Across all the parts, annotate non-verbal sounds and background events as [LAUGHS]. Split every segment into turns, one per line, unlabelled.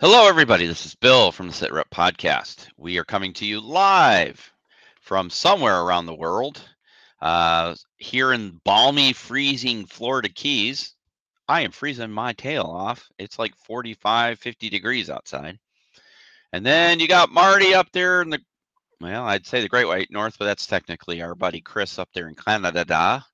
Hello, everybody. This is Bill from the Sit Rep Podcast. We are coming to you live from somewhere around the world. Uh, here in balmy, freezing Florida Keys, I am freezing my tail off. It's like 45, 50 degrees outside. And then you got Marty up there in the, well, I'd say the Great White North, but that's technically our buddy Chris up there in Canada.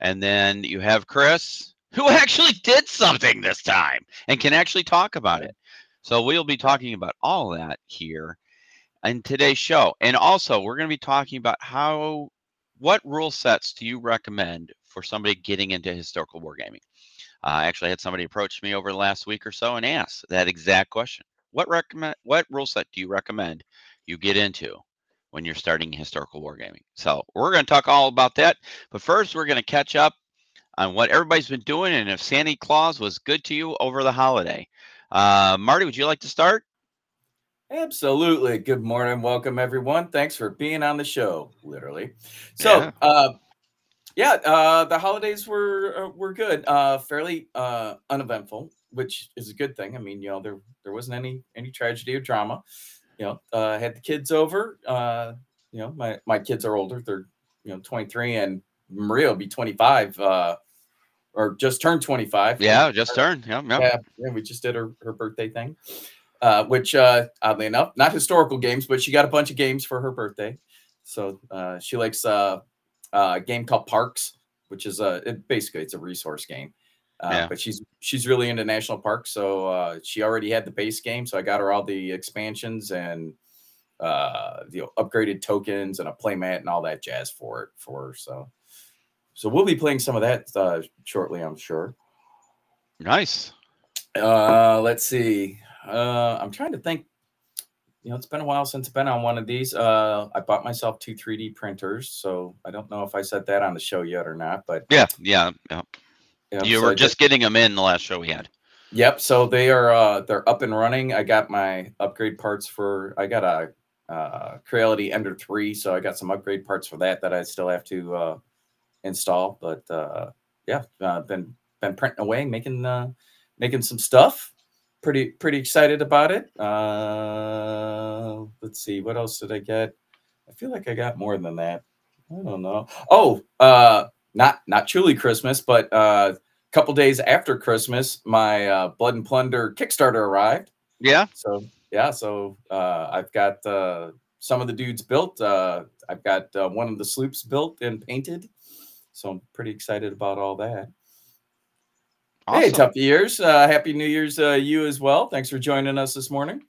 And then you have Chris, who [LAUGHS] actually did something this time and can actually talk about it. So we'll be talking about all that here in today's show. And also, we're going to be talking about how what rule sets do you recommend for somebody getting into historical wargaming? Uh, actually, I had somebody approach me over the last week or so and ask that exact question. What recommend what rule set do you recommend you get into when you're starting historical wargaming? So we're going to talk all about that. But first, we're going to catch up on what everybody's been doing and if Santa Claus was good to you over the holiday. Uh, Marty, would you like to start?
Absolutely. Good morning. Welcome, everyone. Thanks for being on the show, literally. So, yeah, uh, yeah uh, the holidays were uh, were good, uh, fairly uh, uneventful, which is a good thing. I mean, you know, there there wasn't any any tragedy or drama. You know, uh, had the kids over. Uh, you know, my my kids are older. They're you know 23, and Maria will be 25. Uh, or just turned 25.
Yeah, just turned. Yeah, yeah.
yeah, yeah we just did her, her birthday thing, uh, which uh, oddly enough, not historical games, but she got a bunch of games for her birthday. So uh, she likes a game called Parks, which is a it, basically it's a resource game. Yeah. But she's she's really into national parks, so uh, she already had the base game. So I got her all the expansions and uh, the upgraded tokens and a playmat and all that jazz for it for her. So so we'll be playing some of that uh, shortly, I'm sure.
Nice.
Uh, let's see. Uh, I'm trying to think. You know, it's been a while since I've been on one of these. Uh, I bought myself two 3D printers, so I don't know if I said that on the show yet or not. But
yeah, yeah, yeah. yeah you so were just, just getting them in the last show we had.
Yep. So they are uh, they're up and running. I got my upgrade parts for. I got a uh, Creality Ender three, so I got some upgrade parts for that that I still have to uh, install. But uh, yeah, uh, been been printing away, making uh, making some stuff. Pretty pretty excited about it. Uh, let's see, what else did I get? I feel like I got more than that. I don't know. Oh, uh, not not truly Christmas, but uh, a couple days after Christmas, my uh, Blood and Plunder Kickstarter arrived.
Yeah.
So yeah, so uh, I've got uh, some of the dudes built. Uh, I've got uh, one of the sloops built and painted. So I'm pretty excited about all that. Awesome. Hey, tough years. Uh, happy New Year's uh, you as well. Thanks for joining us this morning.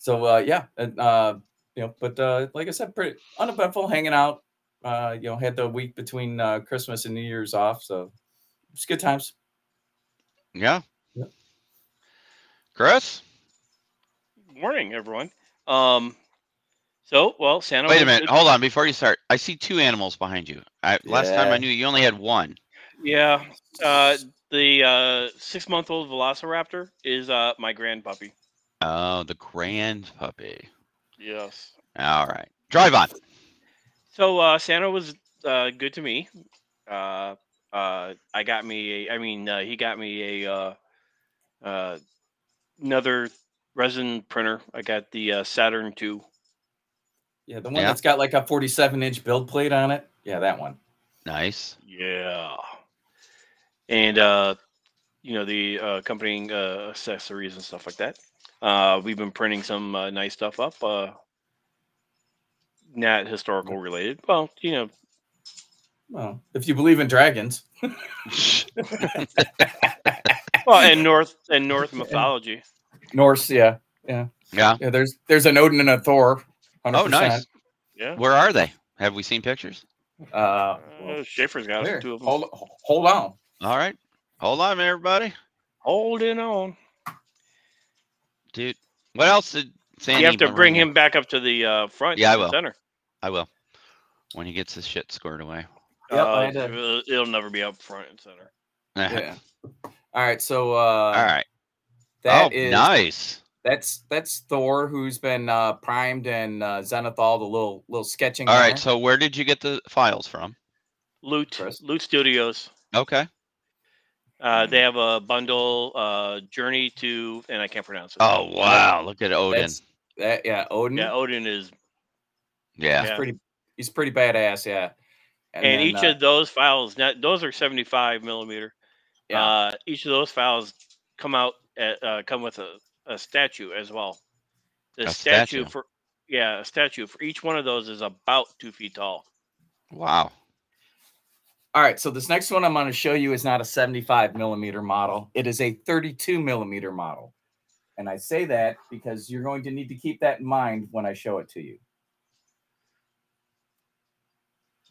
So uh, yeah, and, uh, you know, but uh, like I said, pretty uneventful, hanging out. Uh, you know, had the week between uh, Christmas and New Year's off, so it's good times.
Yeah. yeah. Chris.
Good morning, everyone. Um, so, well, Santa.
Wait a minute. Good. Hold on. Before you start, I see two animals behind you. I, yeah. Last time I knew you only had one.
Yeah. Uh, the uh, six month old velociraptor is uh, my grand puppy.
Oh, the grand puppy.
Yes.
All right. Drive on.
So, uh, Santa was uh, good to me. I got me, a, I mean, uh, he got me a another resin printer. I got the uh, Saturn 2.
Yeah, the one yeah. that's got like a 47 inch build plate on it. Yeah, that one.
Nice. [LAUGHS]
Yeah. And, uh, you know, the uh, accompanying uh, accessories and stuff like that. Uh, we've been printing some uh, nice stuff up. Uh, not historical related. Well, you [LAUGHS] know.
Well, if you believe in dragons.
well, and North [LAUGHS] and North mythology.
Norse, yeah, yeah,
yeah.
Yeah, there's there's an Odin and a Thor.
100%. Oh, nice.
Yeah.
Where are they? Have we seen pictures?
Uh,
well, Schaefer's got there. two of them.
Hold,
[LAUGHS]
hold on.
All right. Hold on, everybody.
Holding on.
Dude, what else did Sandy?
You have to bring him back up to the uh, front.
Yeah, I will.
Center.
I will. When he gets his shit squared away. [LAUGHS]
Yep, uh, it'll, it'll never be up front and center.
yeah. All right. So. Uh, All
right. That oh, is, nice
that's that's Thor who's been uh, primed and uh, Zenithal the little little sketching.
All right, there. so where did you get the files from?
Loot Loot Studios.
Okay.
Uh, they have a bundle, uh, Journey to, and I can't pronounce it.
Oh wow! Look at Odin. oh,
That's- That, yeah, Odin.
yeah, Odin is,
yeah.
He's
yeah.
pretty. He's pretty badass. Yeah.
and,
then,
each
uh,
of those files, that, those are seventy-five millimeter.
Yeah.
Uh, each of those files come out, at, uh, come with a, a statue as well. The
A
statue,
statue.
for, yeah, a statue for each one of those is about two feet tall.
Wow.
All right, so this next one I'm going to show you is not a 75 millimeter model. It is a 32 millimeter model. And I say that because you're going to need to keep that in mind when I show it to you.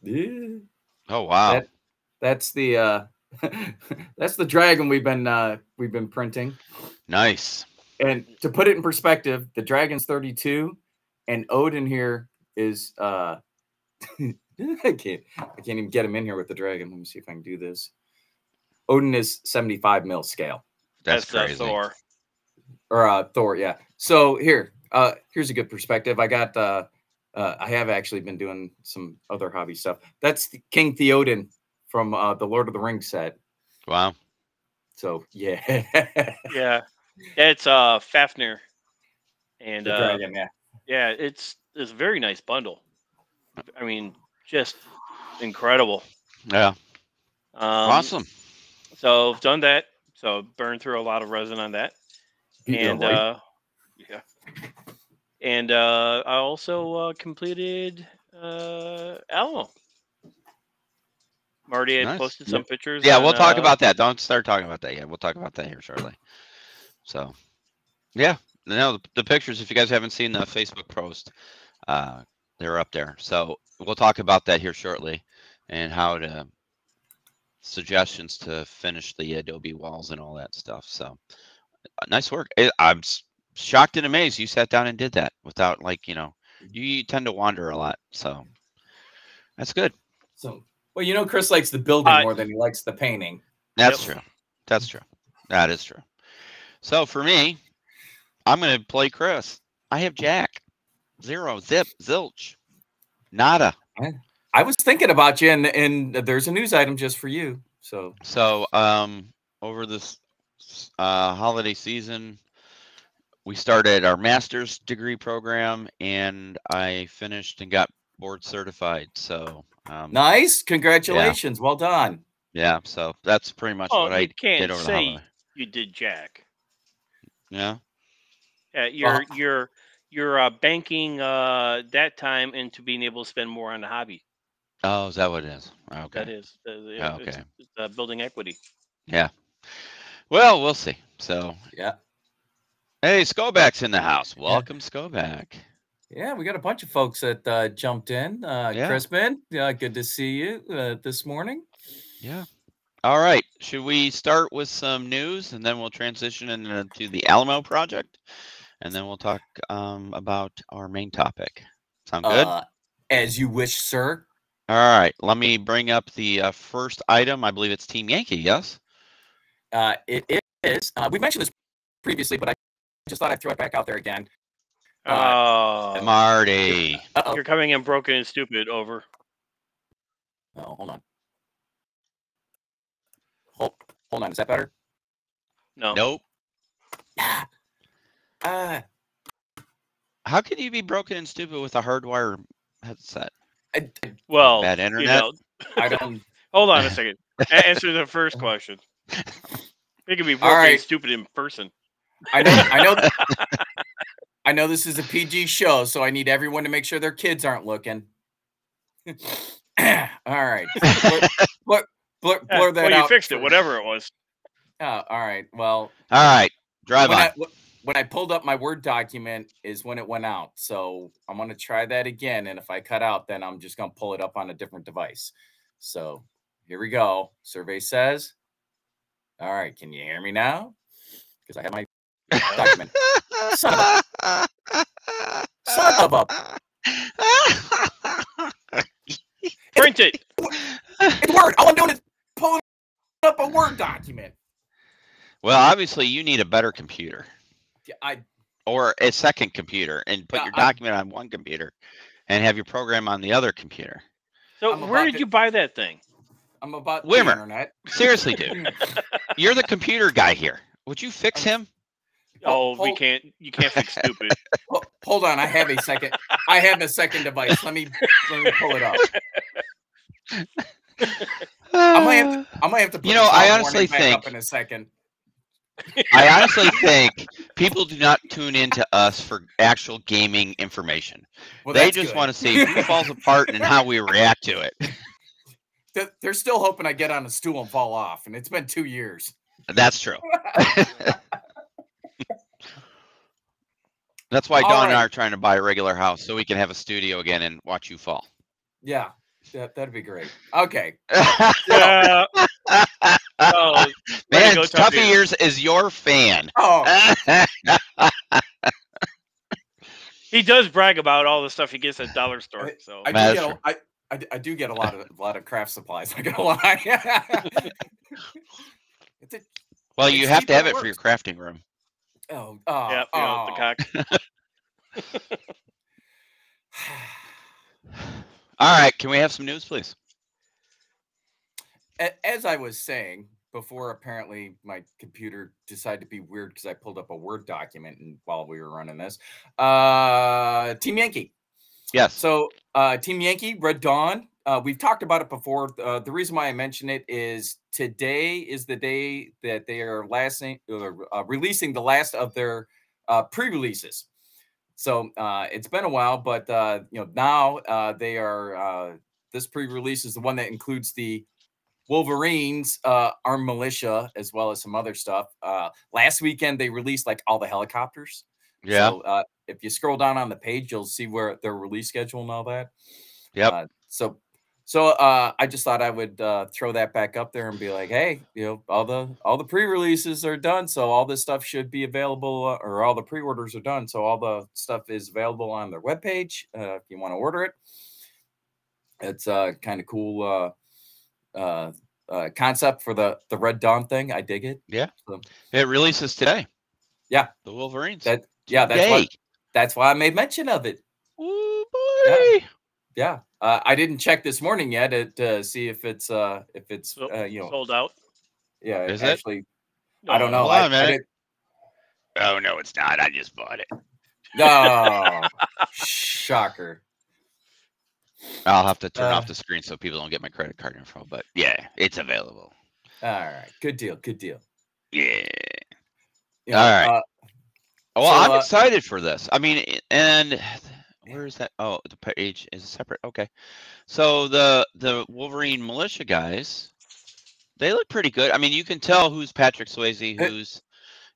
Yeah.
Oh wow.
That- That's the uh [LAUGHS] that's the dragon we've been uh we've been printing.
nice.
And to put it in perspective, the dragon's 32 and Odin here is uh [LAUGHS] I can't I can't even get him in here with the dragon. Let me see if I can do this. Odin is 75 mil scale
That's,
uh,
crazy.
Thor.
or uh Thor, yeah. So here, uh here's a good perspective. I got uh, uh I have actually been doing some other hobby stuff. That's the King Theoden from uh the Lord of the Rings set.
Wow.
So yeah. [LAUGHS]
Yeah, it's uh Fafnir, and
The
uh,
dragon, yeah.
yeah, it's it's a very nice bundle. I mean, just incredible.
Yeah.
Um,
awesome.
So I've done that. So burned through a lot of resin on that,
Beat your
and
wife.
uh, yeah, and uh, I also uh, completed uh, Alamo. Marty had
Nice.
posted some pictures.
Yeah,
on,
we'll talk
uh,
about that. Don't start talking about that yet. We'll talk about that here shortly. So, yeah, no, the, the pictures. If you guys haven't seen the Facebook post, uh, they're up there. So we'll talk about that here shortly, and how to suggestions to finish the Adobe walls and all that stuff. So, uh, nice work. I- I'm s- shocked and amazed you sat down and did that without like you know you, you tend to wander a lot. So that's good.
So, well, you know, Chris likes the building
Uh,
more than he likes the painting.
That's
Yep.
true. That's true. That is true. So for me, I'm going to play Chris. I have Jack. Zero, zip, zilch, nada.
I was thinking about you, and and there's a news item just for you. So,
So um, over this s- uh, holiday season, we started our master's degree program, and I finished and got board certified. So um,
nice, congratulations, well done.
yeah, so that's pretty much
Oh,
what
you
I
can't
did over the
say
holiday.
you did Jack.
Yeah.
Uh, you're you're you're uh, banking uh, that time into being able to spend more on the hobby.
Oh, is that what it is? Okay.
That is uh, it-
Yeah,
it's-
okay.
it's, uh, building equity.
Well, we'll see. So
Yeah.
Hey, Skoback's in the house. Welcome, Skoback.
Yeah, we got a bunch of folks that uh, jumped in. Uh,
Yeah.
Crispin, uh, good to see you uh, this morning.
Yeah. All right. Should we start with some news and then we'll transition into the Alamo project? And then we'll talk um, about our main topic. Sound good?
Uh, as you wish, sir.
All right. Let me bring up the uh, first item. I believe it's Team Yankee. Yes.
Uh, it is. Uh, we mentioned this previously, but I just thought I'd throw it back out there again. Uh,
Oh,
Marty.
Uh-oh.
you're coming in broken and stupid. Over.
Oh, hold on. Hold, hold on. Is that better?
No.
Nope.
Yeah. Uh,
How can you be broken and stupid with a hardwire headset?
I,
Well,
Bad
you
internet.
know,
I don't.
[LAUGHS]
hold on a second. A- answer the first question. It could be
All
broken
right.
and stupid in person.
I know. I know. I know this is a PG show, so I need everyone to make sure their kids aren't looking. [CLEARS THROAT] All right. Blur, blur, blur,
Eh,
blur that
well,
out.
you fixed it,
for-
whatever it
[LAUGHS]
was.
Oh, all right. Well,
All right. Drive
when
on.
I, when I pulled up my Word document is when it went out. So I'm going to try that again. And if I cut out, then I'm just going to pull it up on a different device. So here we go. Survey says, all right, can you hear me now? Because I have my document. Son of Son of a.
Print it.
It's Word. All I'm doing is pulling up a Word document.
well, obviously, you need a better computer
Yeah, I,
or a second computer and put
Yeah,
your
I'm-
document on one computer and have your program on the other computer.
So
I'm
where
about
did
to-
you buy that thing?
I'm about the
Wimmer.
internet.
Seriously, dude, you're the computer guy here. Would you fix him?
Oh,
Hold-
we can't. You can't fix
[LAUGHS]
stupid.
Ho- Hold on, I have a second. I have a second device. Let me let me pull it up.
I
might have I might have to. Put
You know,
this
I
all
honestly
warning back up
think-
in a second.
[SIGHS] I honestly think people do not tune into us for actual gaming information.
Well,
they
that's
just
good.
want to see who falls apart and how we react to it.
They're- They're still hoping I get on a stool and fall off, and it's been two years.
That's
[LAUGHS]
true. That's why
All
Don and I
right.
are trying to buy a regular house so we can have a studio again and watch you fall. [LAUGHS]
Yeah, that, that'd be great. Okay,
Yeah. oh,
[LAUGHS] Man,
go,
Tuffy
Tuffy.
Ears is your fan. [LAUGHS]
Oh,
he does brag about all the stuff he gets at dollar store. So
I do
That's
get
true.
a, I, I, d- I do get a lot of a lot of craft supplies. I'm gonna lie. [LAUGHS] it's a,
well, you
It's
have to
cheap
have
and
it
it
for your crafting room.
oh, oh,
yeah, you know, the
oh.
cock.
All right, can we have some news, please?
[SIGHS] A- As I was saying before, apparently my computer decided to be weird because I pulled up a Word document and while we were running this, uh, Team Yankee.
Yes.
So, uh, Team Yankee, Red Dawn. Uh, we've talked about it before. Uh, the reason why I mention it is today is the day that they are lasting, uh, releasing the last of their uh, pre-releases. So uh, it's been a while, but uh, you know now uh, they are. Uh, this pre-release is the one that includes the Wolverines, uh, Armed Militia, as well as some other stuff. Uh, last weekend they released like all the helicopters.
yeah.
So, uh, if you scroll down on the page, you'll see where their release schedule and all that.
Yep.
Uh, so, so uh, I just thought I would uh, throw that back up there and be like, hey, you know, all the all the pre-releases are done, so all this stuff should be available, uh, or all the pre-orders are done, so all the stuff is available on their webpage uh, if you want to order it. It's uh, kind of cool uh, uh, uh, concept for the the Red Dawn thing. I dig it.
it releases today.
Yeah.
The Wolverines.
That- Yeah, that's
Yay.
why, that's why I made mention of it.
Ooh,
Yeah.
boy.
Yeah, uh, I didn't check this morning yet at, to see if it's uh if it's
So-
uh, you know
sold out.
yeah
Is it?
actually I don't know
hold
I,
on a
I
minute. [LAUGHS] Oh no, it's not. I just bought it.
didn't- oh, shocker!
I'll have to turn
Uh,
off the screen so people don't get my credit card info. But yeah, it's available.
All right, good deal, good deal.
Yeah.
You know,
All right.
uh,
Well,
So,
I'm
uh,
excited for this. I mean, i- and where is that? Oh, the page is separate. Okay. So the the Wolverine militia guys, they look pretty good. I mean, you can tell who's Patrick Swayze,
Uh,
who's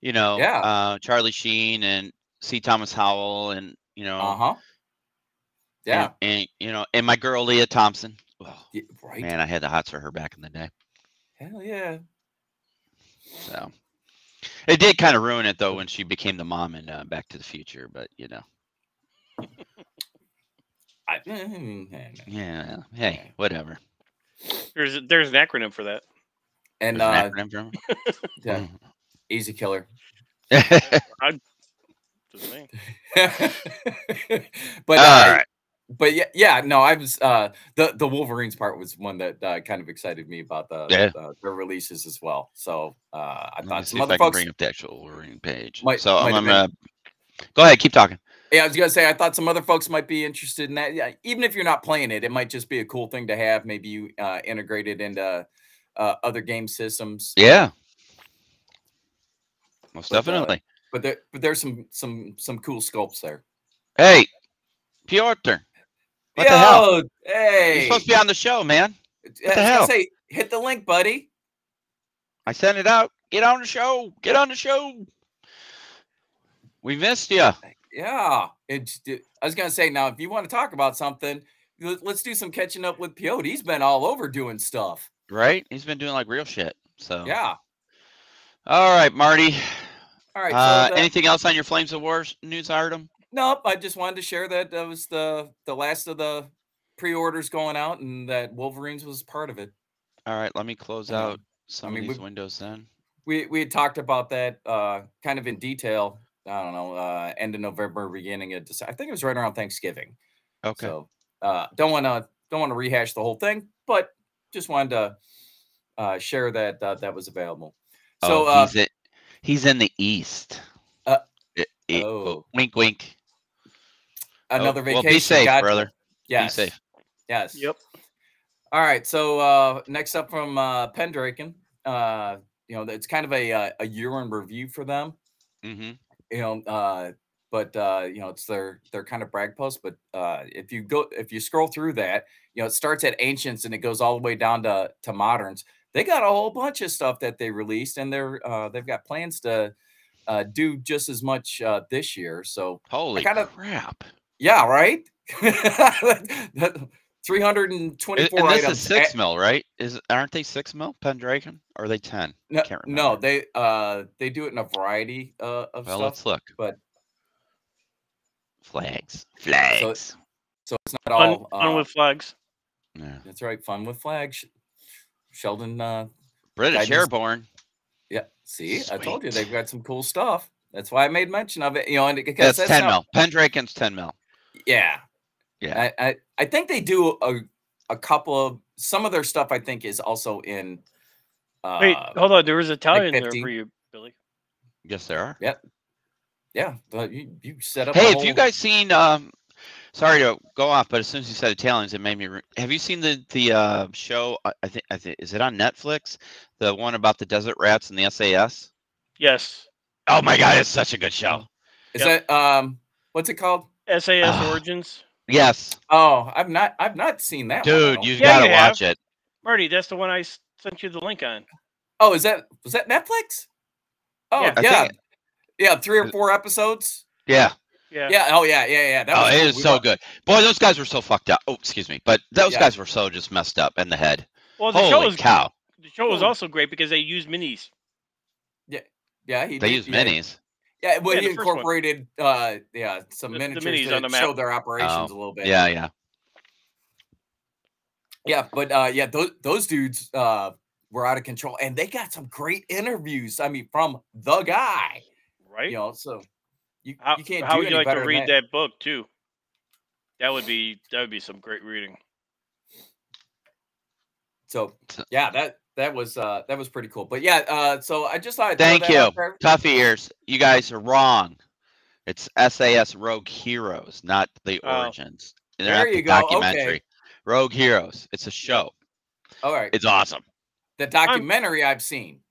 you know,
yeah.
uh, Charlie Sheen and C. Thomas Howell, and you know,
uh huh. Yeah,
and, and, you know, and my girl Leah Thompson. Oh,
yeah, right.
man, I had the hots for her back in the day.
Hell yeah.
So it did kind of ruin it though when she became the mom in uh, Back to the Future. But you know,
I, and
yeah, hey, whatever.
There's there's an acronym for that.
and
There's
uh,
an acronym for 'em? Mm-hmm.
yeah, easy killer. [LAUGHS]
Just saying.
but
All
uh,
right.
but yeah, yeah, no, I was uh, the the Wolverines part was one that uh, kind of excited me about the
Yeah.
uh, their releases as well. So uh, I
Let me
thought
see
some
if
other
I can
folks.
bring up the actual ordering page.
might-
so I'm,
might have
I'm gonna go ahead, keep talking.
Yeah, I was gonna say I thought some other folks might be interested in that. Yeah, even if you're not playing it, it might just be a cool thing to have. Maybe you uh, integrate it into uh, other game systems.
Yeah, most
But, uh,
definitely.
But there, but there's some some some cool sculpts there.
Hey, Piotr, what the hell?
Yo, Hey,
You're supposed to be on the show, man.
I
the
was gonna
hell?
Say, hit the link, buddy.
I sent it out. Get on the show. Get on the show. We missed you.
Yeah, it's. d- I was gonna say now, if you want to talk about something, let- let's do some catching up with Peyote. He's been all over doing stuff.
Right? He's been doing like real shit. So
Yeah.
All right, Marty.
All right.
uh,
so the-
anything else on your Flames of War news item?
nope. I just wanted to share that that was the the last of the pre-orders going out, and that Wolverines was part of it.
All right, let me close
Yeah.
out some
mean,
of these
we-
windows then.
We we had talked about that uh, kind of in detail. I don't know, uh, end of November, beginning of December. I think it was right around Thanksgiving.
Okay.
So uh, don't want to don't want to rehash the whole thing, but just wanted to uh, share that uh, that was available. So
So
uh,
Oh, he's, in, he's in the east.
Uh,
I- I-
oh.
Wink, wink. Oh,
another vacation.
Well, be safe,
God-
brother.
Yes.
Be safe.
Yes.
Yep.
All right. So uh, next up from uh, Pendragon, uh, you know, it's kind of a uh, a year in review for them.
hmm
you know uh but uh you know it's their their kind of brag post but uh if you go if you scroll through that you know it starts at ancients and it goes all the way down to to moderns they got a whole bunch of stuff that they released and they're uh they've got plans to uh do just as much uh this year so
Holy
gotta-
crap.
yeah right [LAUGHS] That- 324
And, and this
items
is six
a-
mil, right? Is aren't they six mil, Pendragon? Or are they ten?
no,
can't
no
remember.
they uh they do it in a variety uh, of
Well,
stuff
let's look.
but-
flags, flags.
so it's not
On,
all
on
uh,
with flags.
yeah.
that's right fun with flags Sh- sheldon uh
British
just-
Airborne.
Yeah. See, I told you
Sweet.
they've got some cool stuff. That's why I made mention of it. You know, and because
That's,
that's,
ten
not-
mil. Pendragon's ten mil.
Yeah.
Yeah.
I, I I think they do a a couple of some of their stuff. I think is also in. Uh,
Wait, hold on. There was Italian there
15.
for you, Billy.
Yes, there are.
yeah, but you you set up. a
Hey, have you
whole-
guys seen? Um, sorry to go off, but as soon as you said Italians, it made me. Re- have you seen the the uh, show? I, I think I think is it on Netflix? The one about the desert rats and the SAS.
Yes.
Oh my god, it's such a good show.
Is that um? What's it called?
SAS
Ah.
Origins.
Yes,
Oh, I've not I've not seen that. one, I
dude,
don't
you've
think.
Yeah,
got to
you
watch it.
Marty, that's the one I s- sent you the link on.
Oh, is that was that Netflix? Oh
Yeah.
yeah,
I
yeah,
think-
three or four episodes.
Yeah.
Yeah.
Yeah. Oh yeah, yeah, yeah. That
Oh,
was
it
cool.
is
We
so
wa-
good. Boy, those guys were so fucked up. Oh, excuse me, but those
Yeah.
guys were so just messed up in the head.
Well, the show
Holy
was
cow!
the show was
cool.
also great because they used minis.
Yeah, he
They
did-
use
yeah,
minis.
Yeah, well,
Yeah,
he
the first one.
incorporated uh yeah some
The- the
miniatures
minis
to
on the map.
show their operations a little bit.
Oh, Yeah, yeah.
yeah, but uh yeah, those those dudes uh were out of control, and they got some great interviews. I mean, from the guy,
Right.
you know. So you,
how
you can't
how
do
would you
any
like to
better than
read
that.
that. book too? That would be that would be some great reading.
So
So-
yeah, that that was uh that was pretty cool. But yeah, uh so I just thought I'd throw
Thank
that out
you.
there.
Tough ears. You guys are wrong. It's SAS Rogue Heroes, not the
Oh.
Origins. And they're
There
not
you
the
go, okay.
documentary. Rogue Heroes. It's a show.
All right,
It's awesome.
the documentary I've seen,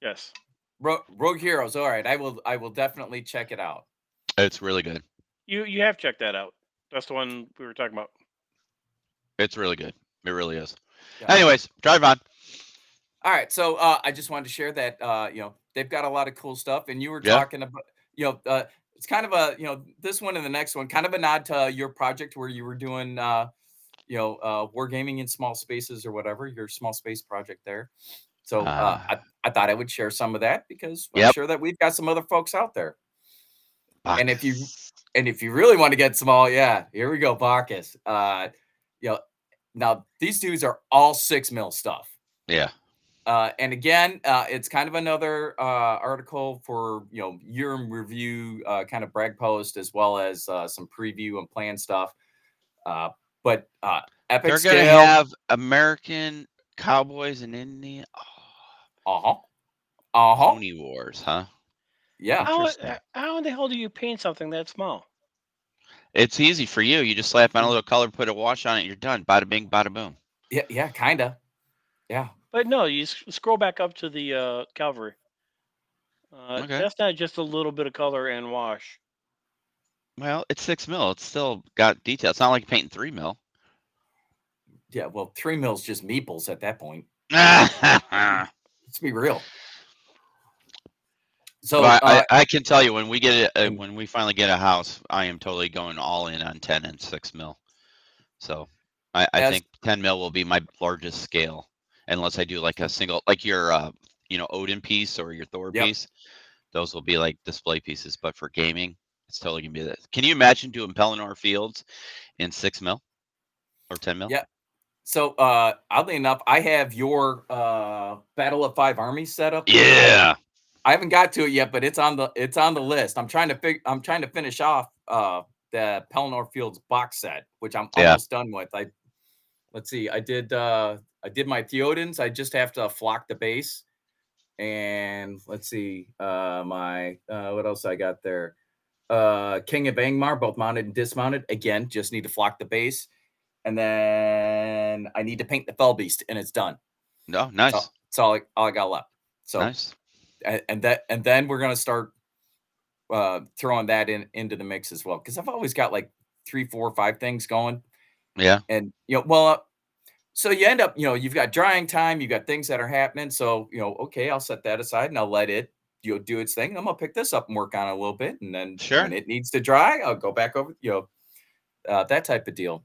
Yes.
Ro- Rogue Heroes. All right, I will I will definitely check it out.
It's really good.
You you have checked that out. That's the one we were talking about.
It's really good. It really is.
Yeah.
Anyways, drive on.
All right, so uh, I just wanted to share that uh, you know they've got a lot of cool stuff, and you were
Yeah.
talking about you know uh, it's kind of a you know this one and the next one, kind of a nod to your project where you were doing uh, you know uh, wargaming in small spaces or whatever your small space project there. So uh, I,
Ah.
I thought I would share some of that because I'm
Yep.
sure that we've got some other folks out there,
Fuck.
and if you and if you really want to get small, yeah, here we go, Bacchus. Uh, you know now these dudes are all six mil stuff.
Yeah.
Uh, and again, uh, it's kind of another uh, article for you know year in review, uh, kind of brag post, as well as uh, some preview and plan stuff. Uh, but uh, epic
They're
scale,
going to have American Cowboys and Indian oh,
uh huh, uh huh,
Pony Wars, huh?
yeah,
How
Interesting.
how in the hell do you paint something that small?
It's easy for you. You just slap on a little color, put a wash on it, you're done. Bada bing, bada boom.
yeah, yeah, kinda, yeah,
But no, you s- scroll back up to the uh, Calvary. Uh,
Okay.
That's not just a little bit of color and
[LAUGHS]
wash.
Well, it's six mil. It's still got detail. It's not like painting three mil.
yeah. Well, three mils just meeples at that point.
[LAUGHS] but
Let's be real. So uh,
I, I can tell you when we get a, uh,
and-
when we finally get a house, I am totally going all in on ten and six mil. So I, I
Yes.
think ten mil will be my largest scale, unless I do like a single, like your uh, you know Odin piece or your Thor
Yep.
piece. Those will be like display pieces, but for gaming, it's totally gonna be that. Can you imagine doing Pelennor Fields in six mil or ten mil?
Yeah. so uh, oddly enough, I have your uh, Battle of Five Armies set up. here. I have
Yeah.
I haven't got to it yet, but it's on the it's on the list. I'm trying to fig- I'm trying to finish off uh the Pelennor Fields box set, which I'm
Yeah.
almost done with. I let's see, I did uh I did my Theodens. I just have to flock the base. And let's see, uh, my uh, what else I got there? Uh, King of Angmar, both mounted and dismounted. Again, just need to flock the base, and then I need to paint the Fell Beast, and it's done.
No, nice,
That's all, that's all, I, all I got left. So
nice.
and, and that and then we're gonna start uh throwing that in into the mix as well because i've always got like three four five things going
Yeah,
and you know well uh, so you end up you know you've got drying time you've got things that are happening so you know okay i'll set that aside and i'll let it you know do its thing and i'm gonna pick this up and work on it a little bit and then
Sure.
when it needs to dry i'll go back over you know uh, that type of deal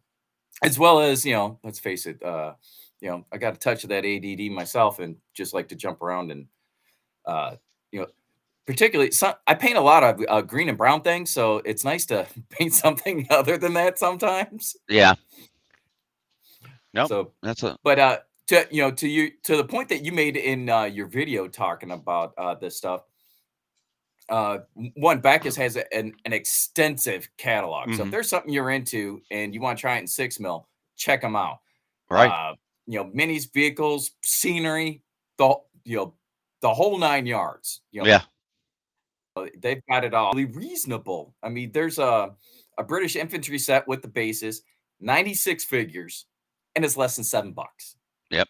as well as you know let's face it uh you know i got a touch of that add myself and just like to jump around and uh you know particularly so i paint a lot of uh, green and brown things so it's nice to [LAUGHS] paint something other than that sometimes
yeah. Nope.
so
That's a
but uh to you know to you to the point that you made in uh, your video talking about uh this stuff uh m- one backus has a, an, an extensive catalog so if
Mhm.
there's something you're into and you want to try it in six mil check them out
right.
uh, you know, minis, vehicles, scenery, the wh- you know, the whole nine yards. You know,
yeah.
uh, they've got it all. Really reasonable. I mean, there's a a British infantry set with the bases, 96 figures, and it's less than seven bucks.
Yep.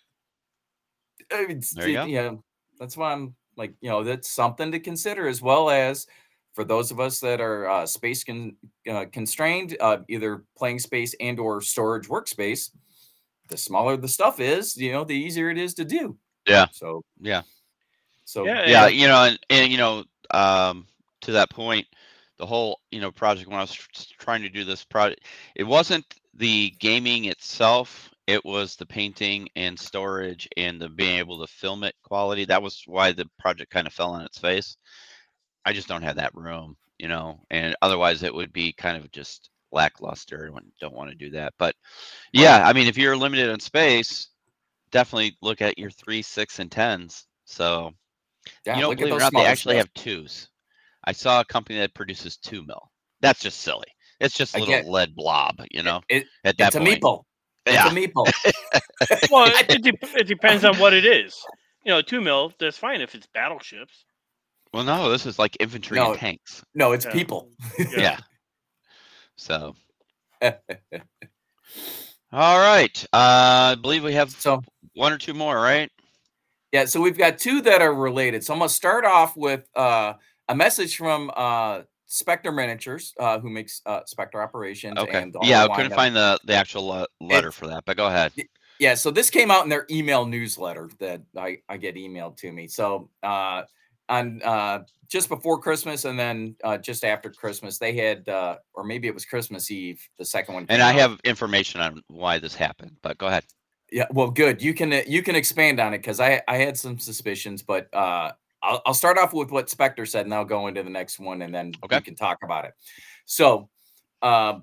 I mean, It's,
There you
it-
go.
yeah, that's why I'm like, you know, that's something to consider as well as for those of us that are uh, space con- uh, constrained, uh, either playing space and or storage workspace. The smaller the stuff is, you know, the easier it is to do.
Yeah.
So,
Yeah.
so
Yeah,
yeah
and-
you know and, and you know um to that point the whole you know project when i was tr- s- trying to do this project it wasn't the gaming itself it was the painting and storage and the being able to film it quality that was why the project kind of fell on its face i just don't have that room you know and otherwise it would be kind of just lackluster and wouldn't- don't want to do that but yeah i mean if you're limited in space definitely look at your three six and tens so
yeah,
you don't
look at
believe it or
those
not, they
smaller
actually
stuff.
have twos. I saw a company that produces two mil. That's just silly. It's just a little
Again,
lead blob, you know.
It,
At that
it's a
point,
meeple.
yeah,
It's a meeple.
well, it, it, dep it depends on what it is. You know, two mil. That's fine if it's battleships.
Well, no, this is like infantry
No.
and tanks.
[LAUGHS] No, it's
Yeah.
people.
Yeah.
Yeah.
[LAUGHS]
So, all right. Uh, I believe we have
So
one or two more, right?
yeah, so we've got two that are related. So I'm gonna start off with uh, a message from uh, Spectre Miniatures, uh, who makes uh, Spectre Operations
Okay.
and all
Yeah,
the
I couldn't
lineup.
find the the actual le- letter for that, but go ahead.
Yeah, so this came out in their email newsletter that I, I get emailed to me. So uh, on uh, just before Christmas and then uh, just after Christmas, they had, uh, or maybe it was Christmas Eve, the second one.
And
came
I
out.
have information on why this happened, but go ahead.
Yeah, well, good. You can uh, you can expand on it because I I had some suspicions, but uh, I'll I'll start off with what Spectre said, and I'll go into the next one, and then
Okay.
we can talk about it. So, uh,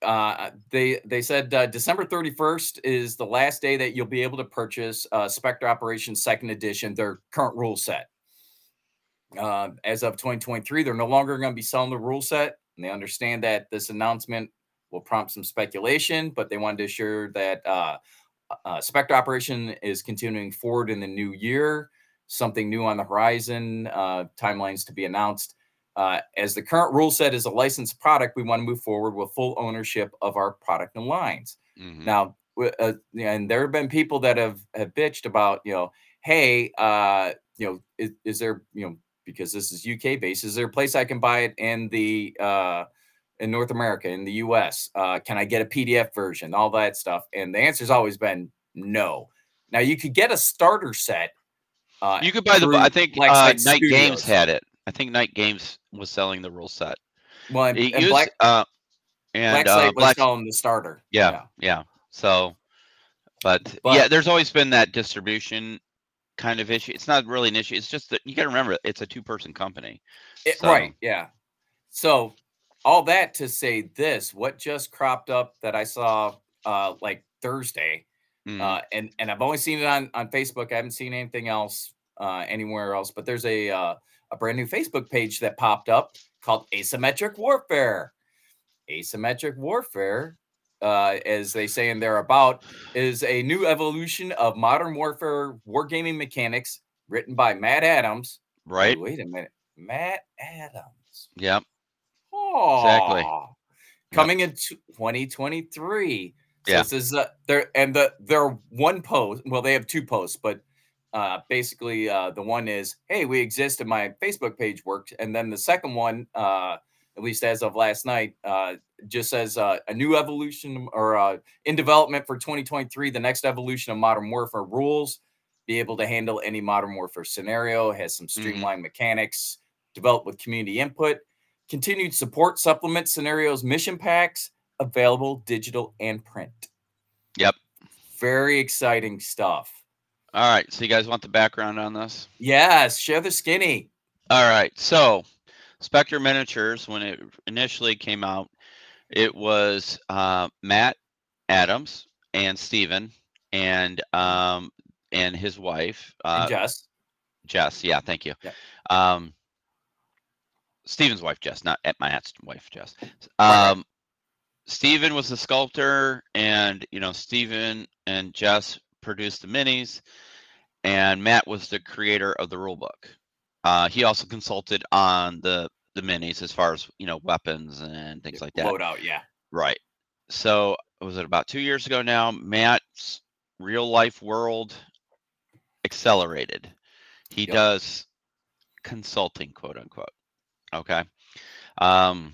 uh, they they said uh, December thirty first is the last day that you'll be able to purchase uh, Spectre Operations Second Edition, their current rule set. Uh, as of twenty twenty three, they're no longer going to be selling the rule set, and they understand that this announcement will prompt some speculation, but they wanted to assure that. Uh, uh, Spectre operation is continuing forward in the new year. Something new on the horizon. Uh, timelines to be announced. Uh, as the current rule set is a licensed product, we want to move forward with full ownership of our product and lines.
Mhm.
Now, w- uh, and there have been people that have have bitched about, you know, hey, uh, you know, is, is there, you know, because this is UK based, is there a place I can buy it in the uh, in North America, in the US? Uh, can I get a PDF version? All that stuff. And the answer's always been no. Now you could get a starter set. Uh,
You could buy the. bu- I
through
think
Black
uh,
Site
Night Games
Studios.
had it. I think Night Games was selling the rule set.
well, and,
It
and
used
Black
uh, and
Black
uh,
Site was
Black.
selling the starter.
Yeah, yeah, So, but, yeah,
But-
there's always been that distribution kind of issue. It's not really an issue. It's just that you got to remember it's a two-person company.
It-
So-
Right. Yeah. So all that to say this, what just cropped up that I saw uh like Thursday,
Mhm.
uh and and I've only seen it on on Facebook. I haven't seen anything else uh anywhere else, but there's a uh a brand new Facebook page that popped up called Asymmetric Warfare. Asymmetric Warfare uh, as they say in thereabout, is a new evolution of modern warfare wargaming mechanics written by Matt Adams.
right?
Hey, wait a minute. Matt Adams.
Yep.
Exactly. Coming in t- 2023. So
Yeah.
This is uh, they're and the they're one post. Well, they have two posts, but uh, basically uh, the one is, "Hey, we exist," and my Facebook page worked. And then the second one, uh, at least as of last night, uh, just says uh, a new evolution or uh, in development for 2023. The next evolution of modern warfare rules, be able to handle any modern warfare scenario, has
Mm-hmm.
some streamlined mechanics, developed with community input, continued support supplement scenarios, mission packs available digital and print.
Yep.
Very exciting stuff.
All right. So you guys want the background on this?
Yes, share the skinny.
All right. So, Spectre Miniatures, when it initially came out, it was uh, Matt Adams and Steven and um, and his wife
And
uh,
Jess.
Jess. Yeah, thank you.
Yep.
Um, Steven's wife Jess, not at my aunt's wife Jess.
right.
Um, Steven was the sculptor, and you know Steven and Jess produced the minis, and Matt was the creator of the rulebook. Uh, he also consulted on the the minis as far as you know weapons and things like that.
Loadout, yeah.
Right. So was it about two years ago now? Matt's real life world accelerated. He
Yep.
does consulting, quote unquote. Okay. Um,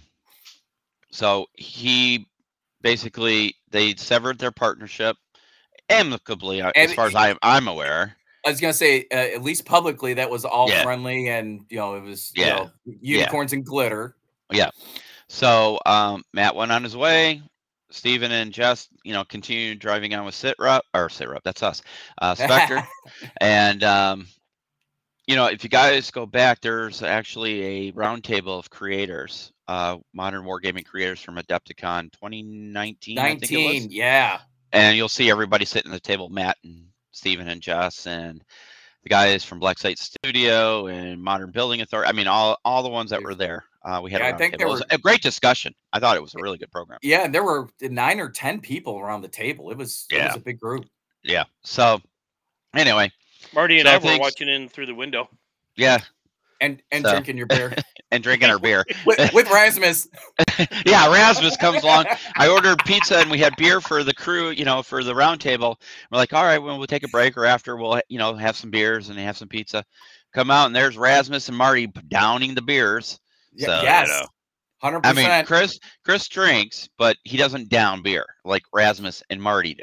so he basically they severed their partnership amicably, uh,
And
as far as
it-
I'm I'm aware.
I was gonna say, uh, at least publicly, that was all
Yeah.
friendly, and you know it was
Yeah.
you know, unicorns and glitter.
So um, Matt went on his way. Steven and Jess, you know, continued driving on with Sitrep or Sitrep. That's us, uh,
[LAUGHS]
Spectre. And um, you know, if you guys go back, there's actually a roundtable of creators, uh, modern wargaming creators from Adepticon 2019, I think it was.
Nineteen, yeah.
And you'll see everybody sitting at the table, Matt and Steven and Jess and the guys from Black Site Studio and Modern Building Authority. I mean, all all the ones that were there. Uh, we had
Yeah,
a
I think
roundtable.
there
It was
were-
a great discussion. I thought it was a really good program.
Yeah, and there were nine or ten people around the table. It was it
Yeah.
was a big group.
Yeah. So anyway,
Marty and
So
I
I
were
think-
watching in through the window.
yeah,
And and
So-
drinking your
[LAUGHS]
beer
and drinking our
[LAUGHS]
beer.
with, with Rasmus.
yeah, Rasmus comes
[LAUGHS]
along. I ordered pizza and we had beer for the crew, you know, for the round table. We're like, all right, well, we'll take a break or after we'll, you know, have some beers and have some pizza. Come out and there's Rasmus and Marty downing the beers.
Ye-
So, you
yes,
know.
hundred
I mean,
percent.
Chris Chris drinks, but he doesn't down beer like Rasmus and Marty do.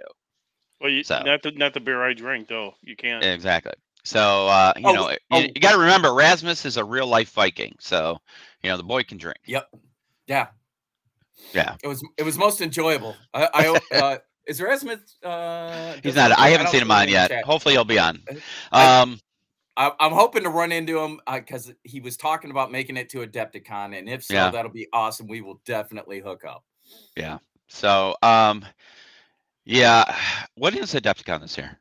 Well, you,
So-
not the not the beer I drink though. You can't.
Exactly. So uh, you
Oh,
know, you,
oh.
you got to remember, Rasmus is a real life Viking. So you know, the boy can drink.
Yeah.
Yeah.
It was it was most enjoyable. I, I uh, is Rasmus? Uh,
He's
does-
not. I haven't
don't
seen
see
him on
in
yet.
chat.
Hopefully, he'll be on.
I-
Um,
I, I'm hoping to run into him because he was talking about making it to Adepticon, and if so,
Yeah.
that'll be awesome. We will definitely hook up.
so um, yeah. What is Adepticon this year?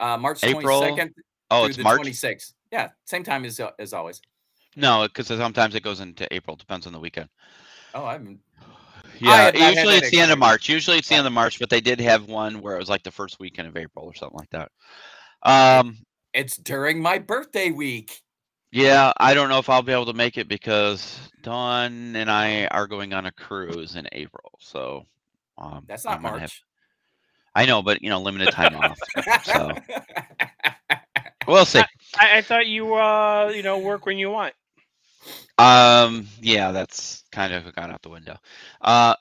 Uh, March
April
22nd
Oh,
through
it's
the
March.
26th. Yeah, same time as uh, as always.
No, because sometimes it goes into April. Depends on the weekend.
Oh, I'm
Yeah,
have not had
usually
that
it's the end of
experience.
March. Usually it's the end of March, but they did have one where it was like the first weekend of April or something like that. Um,
it's during my birthday week.
Yeah, I don't know if I'll be able to make it because Dawn and I are going on a cruise in April. So um,
That's
I
not
might have-
March.
I know, but you know, limited time off.
[LAUGHS]
So we'll see.
I, I thought you uh you know work when you want.
Um, yeah, that's kind of gone out the window. Uh,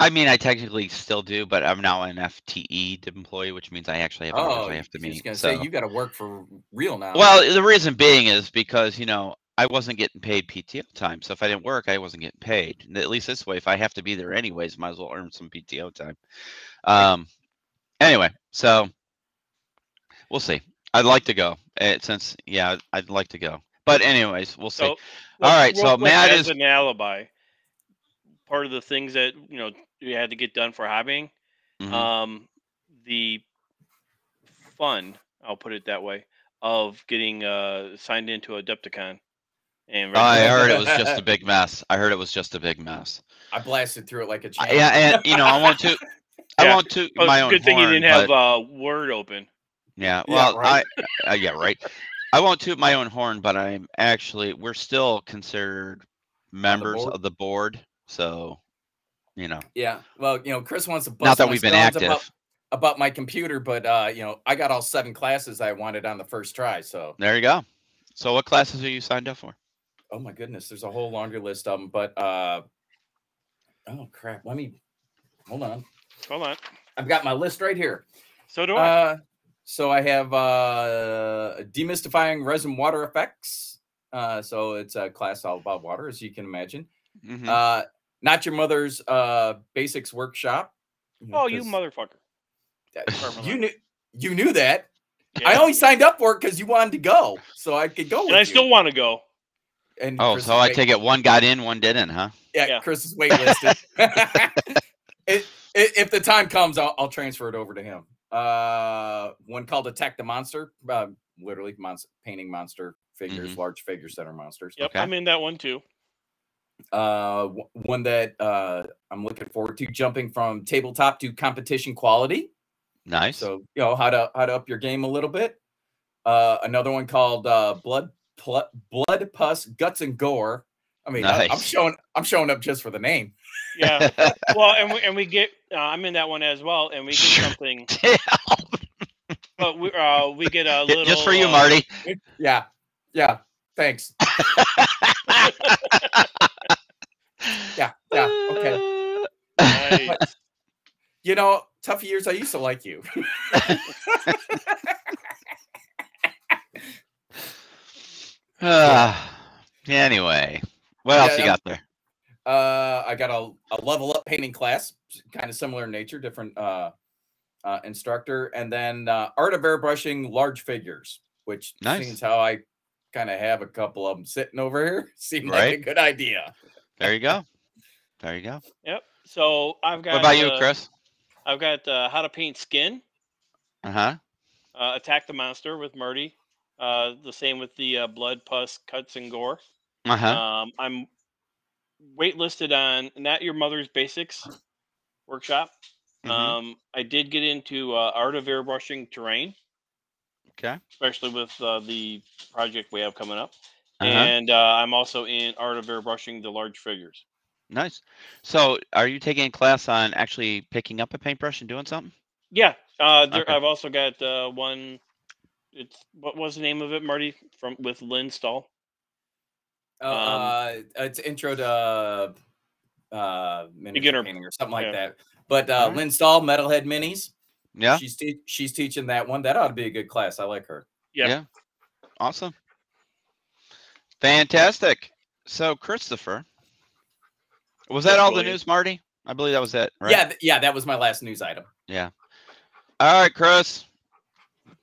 I mean, I technically still do, but I'm now an FTE employee, which means I actually have hours
oh,
I
I
have to
was
meet.
gonna
So,
say you got to work for real now.
well, the reason being is because you know I wasn't getting paid PTO time, so if I didn't work, I wasn't getting paid. And At least this way, if I have to be there anyways, might as well earn some PTO time. Um, anyway, so we'll see. I'd like to go eh, since yeah, I'd like to go. But anyways, we'll see.
So,
All
real
right, so
quick,
Matt
as
is-
an alibi. Part of the things that you know we had to get done for hobbying.
Mhm.
um, the fun, I'll put it that way, of getting uh, signed into Adepticon. And
I heard it was just a big mess. I heard it was just a big mess.
I blasted through it like a champ.
I- Yeah, and you know, I want to I
Yeah.
want to
Oh,
my own
good thing you
horn,
didn't have
but-
uh, Word open.
Yeah,
Yeah,
well,
right.
I, uh, yeah, right. I won't toot my own horn, but I'm actually we're still considered members
board?
of the board, so you know,
Yeah. Well, you know, Chris wants to bust
not that
my
we've been
stones
active.
about, about my computer, but uh, you know, I got all seven classes I wanted on the first try. So,
There you go. So, what classes are you signed up for?
oh my goodness, there's a whole longer list of them. But uh, oh crap, let me hold on.
Hold on.
I've got my list right here.
So do I.
Uh, so I have uh, demystifying resin water effects. Uh, so it's a class all about water, as you can imagine.
Hmm.
Mhm.
Uh, not your mother's uh, basics workshop. know,
Oh, you
'cause
motherfucker. [LAUGHS]
that-
Permanent.
You knew you knew that. I
Yeah.
only signed up for it because you wanted to go, so I could go.
And
with
I
you.
still want to go.
And
oh,
Chris
so
is
I
wait-
take it one got in, one didn't, huh?
Yeah,
yeah.
Chris is waitlisted. [LAUGHS] It- i- if the time comes, I'll, I'll transfer it over to him. Uh, one called Attack the Monster, uh, literally monster, painting monster figures, large figures that are monsters.
Yep,
Okay.
I'm in that one too.
Uh, w- one that uh, I'm looking forward to jumping from tabletop to competition quality. [LAUGHS]
Nice. [LAUGHS]
So you know how to how to up your game a little bit. Uh, another one called uh, blood Pl- blood pus guts and gore. I mean, I, am
Nice.
showing I'm showing up just for the name.
Yeah. well, and we, and we get uh, I'm in that one as well, and we get something.
Yeah,
But we uh, we get a
[LAUGHS]
little
Just for you,
uh,
Marty.
Yeah, yeah. Thanks. Yeah, yeah. Okay.
[LAUGHS]
nice.
You know, tough years. I used to like you. [LAUGHS]
Uh, anyway, what else
Yeah,
you
yeah.
got there?
Uh, I got a, a level up painting class, kind of similar in nature, different uh, uh, instructor, and then uh, art of airbrushing large figures, which
Nice.
seems how I kind of have a couple of them sitting over here. [LAUGHS] Seemed like a
Right.
good idea.
There you go. There you go.
Yep. So I've got.
What about you,
uh,
Chris?
I've got uh, how to paint skin.
Uh huh.
Uh, Attack the monster with Marty. Uh, the same with the uh, blood, pus, cuts, and gore.
Uh huh.
Um, I'm waitlisted on not your mother's basics workshop.
mm-hmm,
Um, I did get into uh, art of airbrushing terrain,
okay.
especially with uh, the project we have coming up.
Uh-huh.
And uh, I'm also in art of airbrushing the large figures.
Nice. So, are you taking a class on actually picking up a paintbrush and doing something?
Yeah, uh, there,
Okay.
I've also got uh, one. It's what was the name of it, Marty? From with Lynn Stahl.
Oh, uh,
Um,
it's intro to uh, uh, miniature
Beginner.
painting or something like
Yeah.
that. But uh,
Alright.
Lynn Stahl, Metalhead Minis.
Yeah.
She's te- she's teaching that one. That ought to be a good class. I like her.
Yeah.
Yeah. Awesome. Fantastic. So, Christopher, was that
Yes,
all the
William.
news, Marty? I believe that was it, right?
Yeah, th- yeah, that was my last news item.
All right, Chris.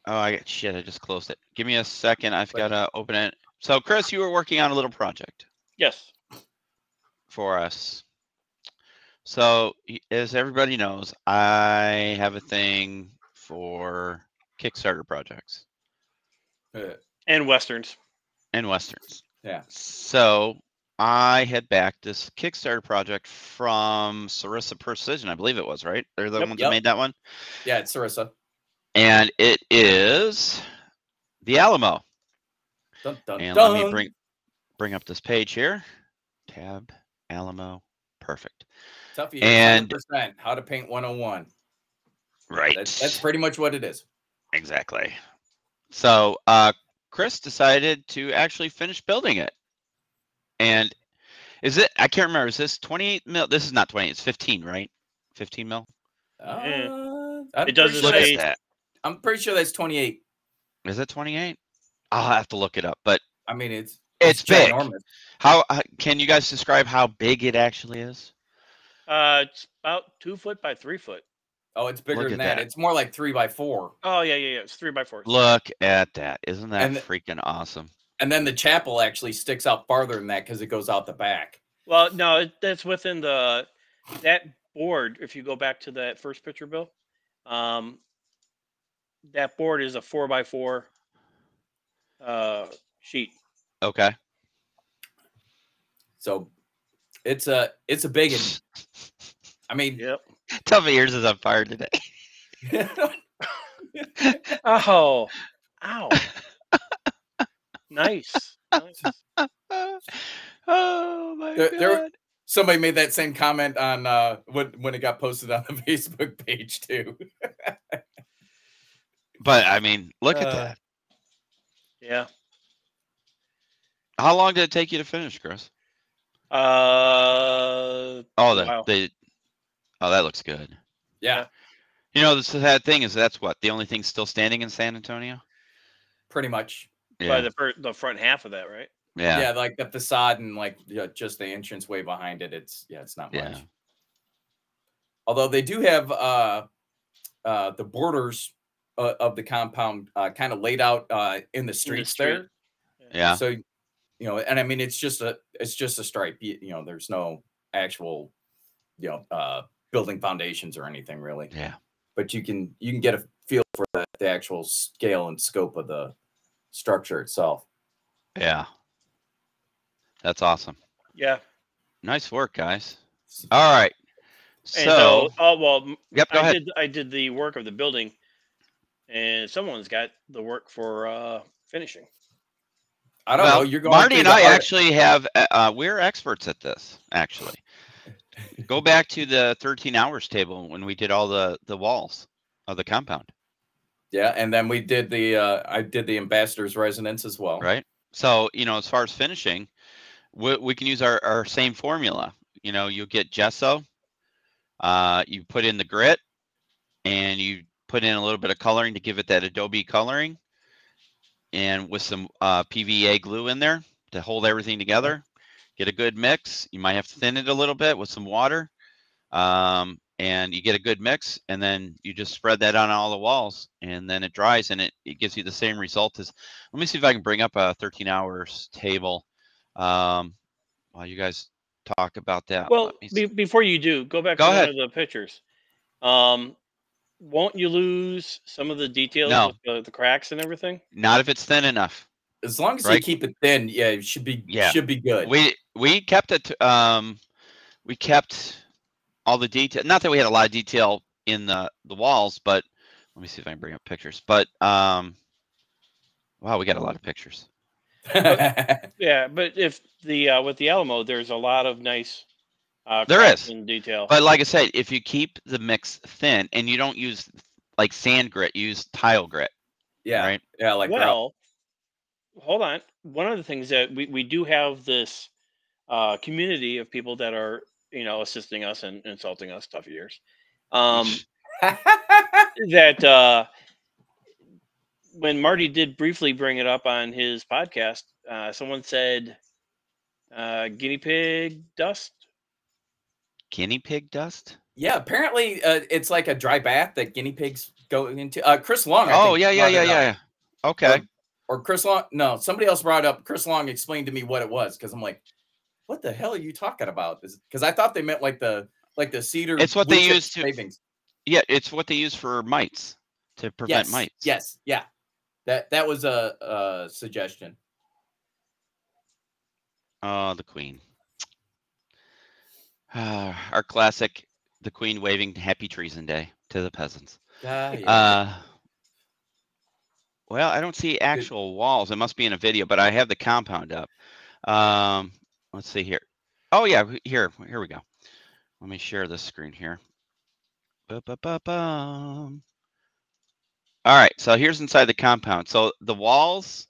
Oh, I got shit. I just closed it. Give me a second. I've got to open it. So, Chris, you were working on a little project
Yes.
for us. So, y- as everybody knows, I have a thing for Kickstarter projects
Uh,
And westerns.
and westerns.
Yeah.
So, I had backed this Kickstarter project from Sarissa Precision, I believe it was, right? They're the
Yep.
ones
Yep.
that made that one.
Yeah, it's Sarissa.
And it is the Alamo.
Dun, dun,
And
dun.
let me bring bring up this page here. Tab Alamo. Perfect.
Tough years,
and-
100%, how to paint 101.
Right.
That's, that's pretty much what it is.
exactly. So uh Chris decided to actually finish building it. And is it I can't remember, is this 28 mil? This is not 20, it's 15, right? 15 mil?
Uh,
Eh.
I'm
It doesn't
pretty sure
Look
say-
at
that's-
that.
I'm pretty sure that's 28.
Is it 28? I'll have to look it up. But
I mean, it's
it's big.
ginormous.
How uh, can you guys describe how big it actually is?
Uh, it's about two foot by three foot.
Oh, it's bigger
Look
than
at
that.
that.
It's more like three by four.
Oh yeah, yeah, yeah. It's three by four.
Look at that. Isn't that
And the-
freaking awesome?
And then the chapel actually sticks out farther than that because it goes out the back.
Well, no, it, that's within the that board. If you go back to that first picture, Bill, um, that board is a four by four uh, sheet.
Okay. [LAUGHS]
So it's a it's a big. I mean,
Yep.
Stuff of yours is on fire today. [LAUGHS]
Oh, ow. nice. nice.
oh my
There-
god.
there- [LAUGHS] Somebody made that same comment on uh, when when it got posted on the [LAUGHS] Facebook page too.
but I mean, look at
Uh,
that.
Yeah.
How long did it take you to finish, Chris?
Uh,
Oh, the,
Wow.
the oh, that looks good.
Yeah,
You know, the sad thing is that's what the only thing still standing in San Antonio.
pretty much.
Yeah,
by the fir- the front half of that, right?
yeah,
Yeah, like the facade and like yeah, just the entrance way behind it. It's yeah, it's not
Yeah.
much. Although they do have uh, uh, the borders uh, of the compound uh, kind of laid out uh, in the
street.
streets there.
yeah.
So, you know, and I mean, it's just a it's just a stripe. You, you know, there's no actual, you know, uh, building foundations or anything really.
yeah.
But you can you can get a feel for the, the actual scale and scope of the structure itself.
Yeah. That's awesome.
Yeah.
Nice work, guys. All right.
And so,
So,
oh well, m-
yep, go
I
ahead.
did I did the work of the building, and someone's got the work for uh finishing.
I don't
Well,
know. You're going
Marty
through
and
the
I
art-
actually have, uh, uh, we're experts at this, actually. go back to the 13 hours table when we did all the, the walls of the compound,
Yeah, and then we did the uh, I did the ambassador's residence as well.
right? So, you know, as far as finishing, we, we can use our, our same formula. You know, you get gesso, uh, you put in the grit, and you put in a little bit of coloring to give it that Adobe coloring, and with some uh, PVA glue in there to hold everything together. Get a good mix. You might have to thin it a little bit with some water, um, and you get a good mix. And then you just spread that on all the walls, and then it dries, and it, it gives you the same result as. Let me see if I can bring up a 13 hours table um, while you guys talk about that.
Well,
Oh, Let me
be, before you do, go back
Go
to
ahead.
one of the pictures. Um, won't you lose some of the details
No.
with the, the cracks and everything?
Not if it's thin enough.
As long as you
Right.
keep it thin, yeah, it should be
Yeah.
should be good. [LAUGHS]
We we kept it. Um, we kept all the detail. Not that we had a lot of detail in the the walls, but let me see if I can bring up pictures. But um, wow, we got a lot of pictures.
Yeah, but if the uh, with the Alamo, there's a lot of nice. Uh,
There
cracks
is.
and detail.
But like I said, if you keep the mix thin and you don't use like sand grit, you use tile grit.
yeah,
Right.
yeah, like well,
well, hold on. One of the things that we, we do have this uh, community of people that are you know assisting us and insulting us, tough years.
[LAUGHS]
Um, that uh, when Marty did briefly bring it up on his podcast, uh, someone said uh, guinea pig dust.
Guinea pig dust.
[LAUGHS] yeah. Apparently, uh, it's like a dry bath that guinea pigs go into. Uh, Chris Long. I
Oh
think,
yeah, yeah,
brought
yeah,
it up.
yeah. yeah. Okay.
Or Chris Long. No, somebody else brought it up. Chris Long explained to me what it was because I'm like, what the hell are you talking about? Because I thought they meant like the like the cedar.
It's what they
blue chip
use to-
shavings.
Yeah, it's what they use for mites to prevent
yes,
mites.
Yes, yeah. That that was a, a suggestion.
Oh, the queen. Ah, our classic, the queen waving happy treason day to the peasants.
Ah, yeah.
Uh, well, I don't see actual walls. It must be in a video, but I have the compound up. Um, let's see here. Oh yeah, w- here, here we go. Let me share this screen here. Ba-ba-ba-bum. All right, so here's inside the compound. So the walls,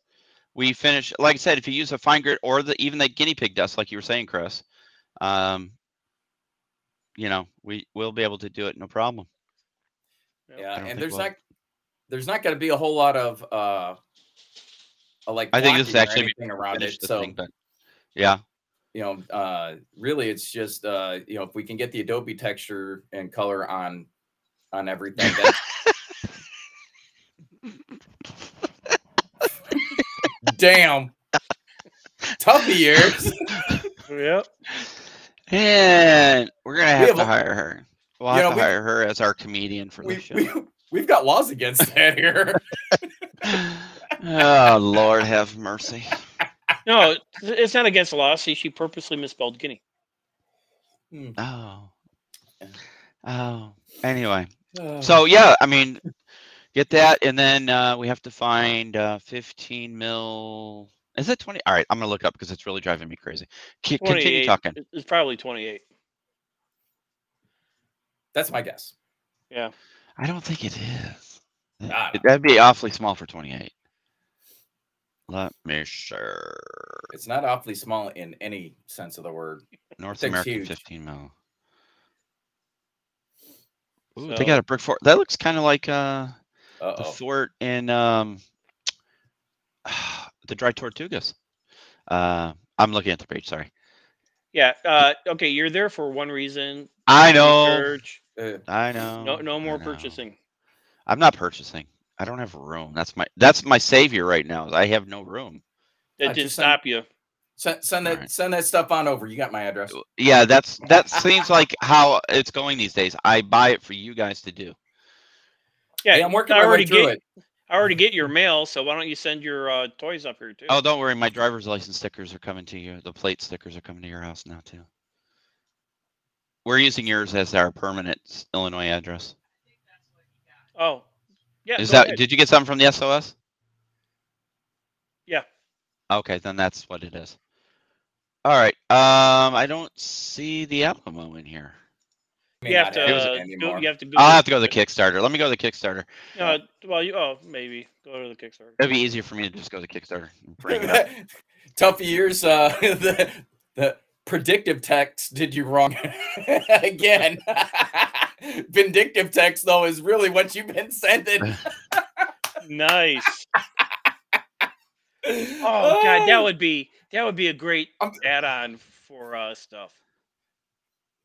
we finish. Like I said, if you use a fine grit or the even the guinea pig dust, like you were saying, Chris, um, you know, we will be able to do it, no problem.
Yeah,
don't think
and there's
we'll-
not there's not going to be a whole lot of uh, uh like
I think this is
blocking or
actually
anything around
Finish
it.
the
So
thing, but yeah,
you know, uh, really, it's just uh, you know, if we can get the Adobe texture and color on on everything, that's damn
[LAUGHS]
tough years.
Yep.
And we're gonna have,
have
to
a-
hire her. We'll
You
have
know,
to
we-
hire her as our comedian for the
We,
show.
we we've got laws against that here.
[LAUGHS] oh
[LAUGHS]
Lord, have mercy.
No, it's- it's not against the law. See, she purposely misspelled guinea.
Oh. Oh, anyway. [SIGHS]
Oh.
So yeah, I mean, get that, and then uh, we have to find uh, 15 mil. Is it 20? All right, I'm gonna look up because it's really driving me crazy. Ki- continue
28
talking.
it- It's probably 28.
that's my guess.
I don't think it is. That-
Ah.
I don't-
That'd be awfully small for 28. Let me sure.
It's not awfully small in any sense of the word.
North
thing's
American
huge.
15 mil. Ooh,
So-
they got a brick fort. That looks kind of like uh,
Uh
the
oh.
fort in um, [SIGHS] the Dry Tortugas. Uh, I'm looking at the page. Sorry.
Yeah. Uh, okay, you're there for one reason.
I know.
Research.
I know.
No, no
Oh,
more
I know.
purchasing.
I'm not purchasing. I don't have room. That's my that's my savior right now. is I have no room.
That
I
didn't
just sent-
stop you.
Send, send that
Alright.
send that stuff on over. You got my address.
Yeah, that's that seems like how it's going these days. I buy it for you guys to do.
Yeah,
Hey, I'm working
I
my way
already
through
get-
it.
I already get your mail, so why don't you send your uh, toys up here too?
Oh, don't worry. My driver's license stickers are coming to you. The plate stickers are coming to your house now too. We're using yours as our permanent s- Illinois address.
Oh, yeah.
Is
go
that
ahead.
did you get something from the SOS?
Yeah.
Okay, then that's what it is. All right. Um, I don't see the Alamo in here.
May
you have
not
to?
have it
Uh, go,
anymore.
you have to.
I'll have to go to the Kickstarter. Let me go to the Kickstarter.
Uh, well, you. Oh, maybe go to the
[LAUGHS]
Kickstarter.
It'd be easier for me to just go to Kickstarter. And bring it
[LAUGHS]
up.
Tough years. Uh, [LAUGHS] the, the predictive text did you wrong [LAUGHS] again. [LAUGHS] Vindictive text though is really what you've
[LAUGHS]
been sending. [LAUGHS]
Nice. Oh God, that would be that would be a great
I'm-
add-on for uh, stuff.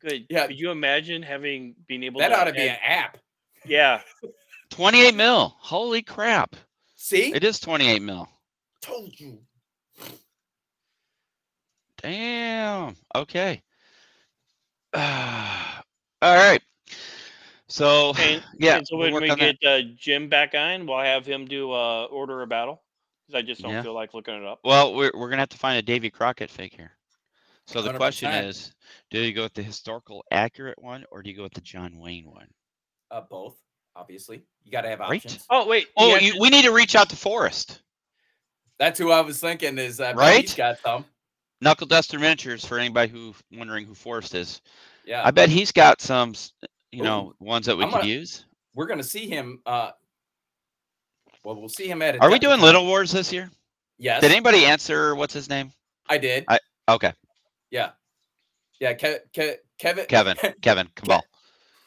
Good.
Yeah.
Could you imagine having being able
that
to?
ought to be an
add-
app.
yeah.
28 mil. Holy crap.
See,
It is 28 mil.
told you.
Damn. Okay. [SIGHS] all right. So,
And,
[SIGHS] yeah.
and so
we'll
when we
work on that.
get uh, Jim back on, we'll have him do uh, order a battle because I just don't
Yeah.
feel like looking it up.
Well, we're, we're going to have to find a Davy Crockett fake here. So the question
100%.
is do you go with the historical accurate one or do you go with the John Wayne one?
Uh, both, obviously. You got to have
Great.
options.
Oh wait.
Oh,
yeah,
you, we need to reach out to Forrest.
That's who I was thinking. Is uh,
Right?
He's got some.
Knuckle Duster Miniatures for anybody who wondering who Forrest is.
Yeah,
I bet he's got some, s- you
Ooh.
know, ones that we
I'm
could
gonna-
use.
we're gonna see him. Uh, well, we'll see him at. a
Are we
Decathon.
doing Little Wars this year?
Yes,
Did anybody answer what's his name?
I did.
I- Okay,
yeah, yeah. Ke- Ke- Kevin.
Kevin. Kevin,
[LAUGHS]
come on.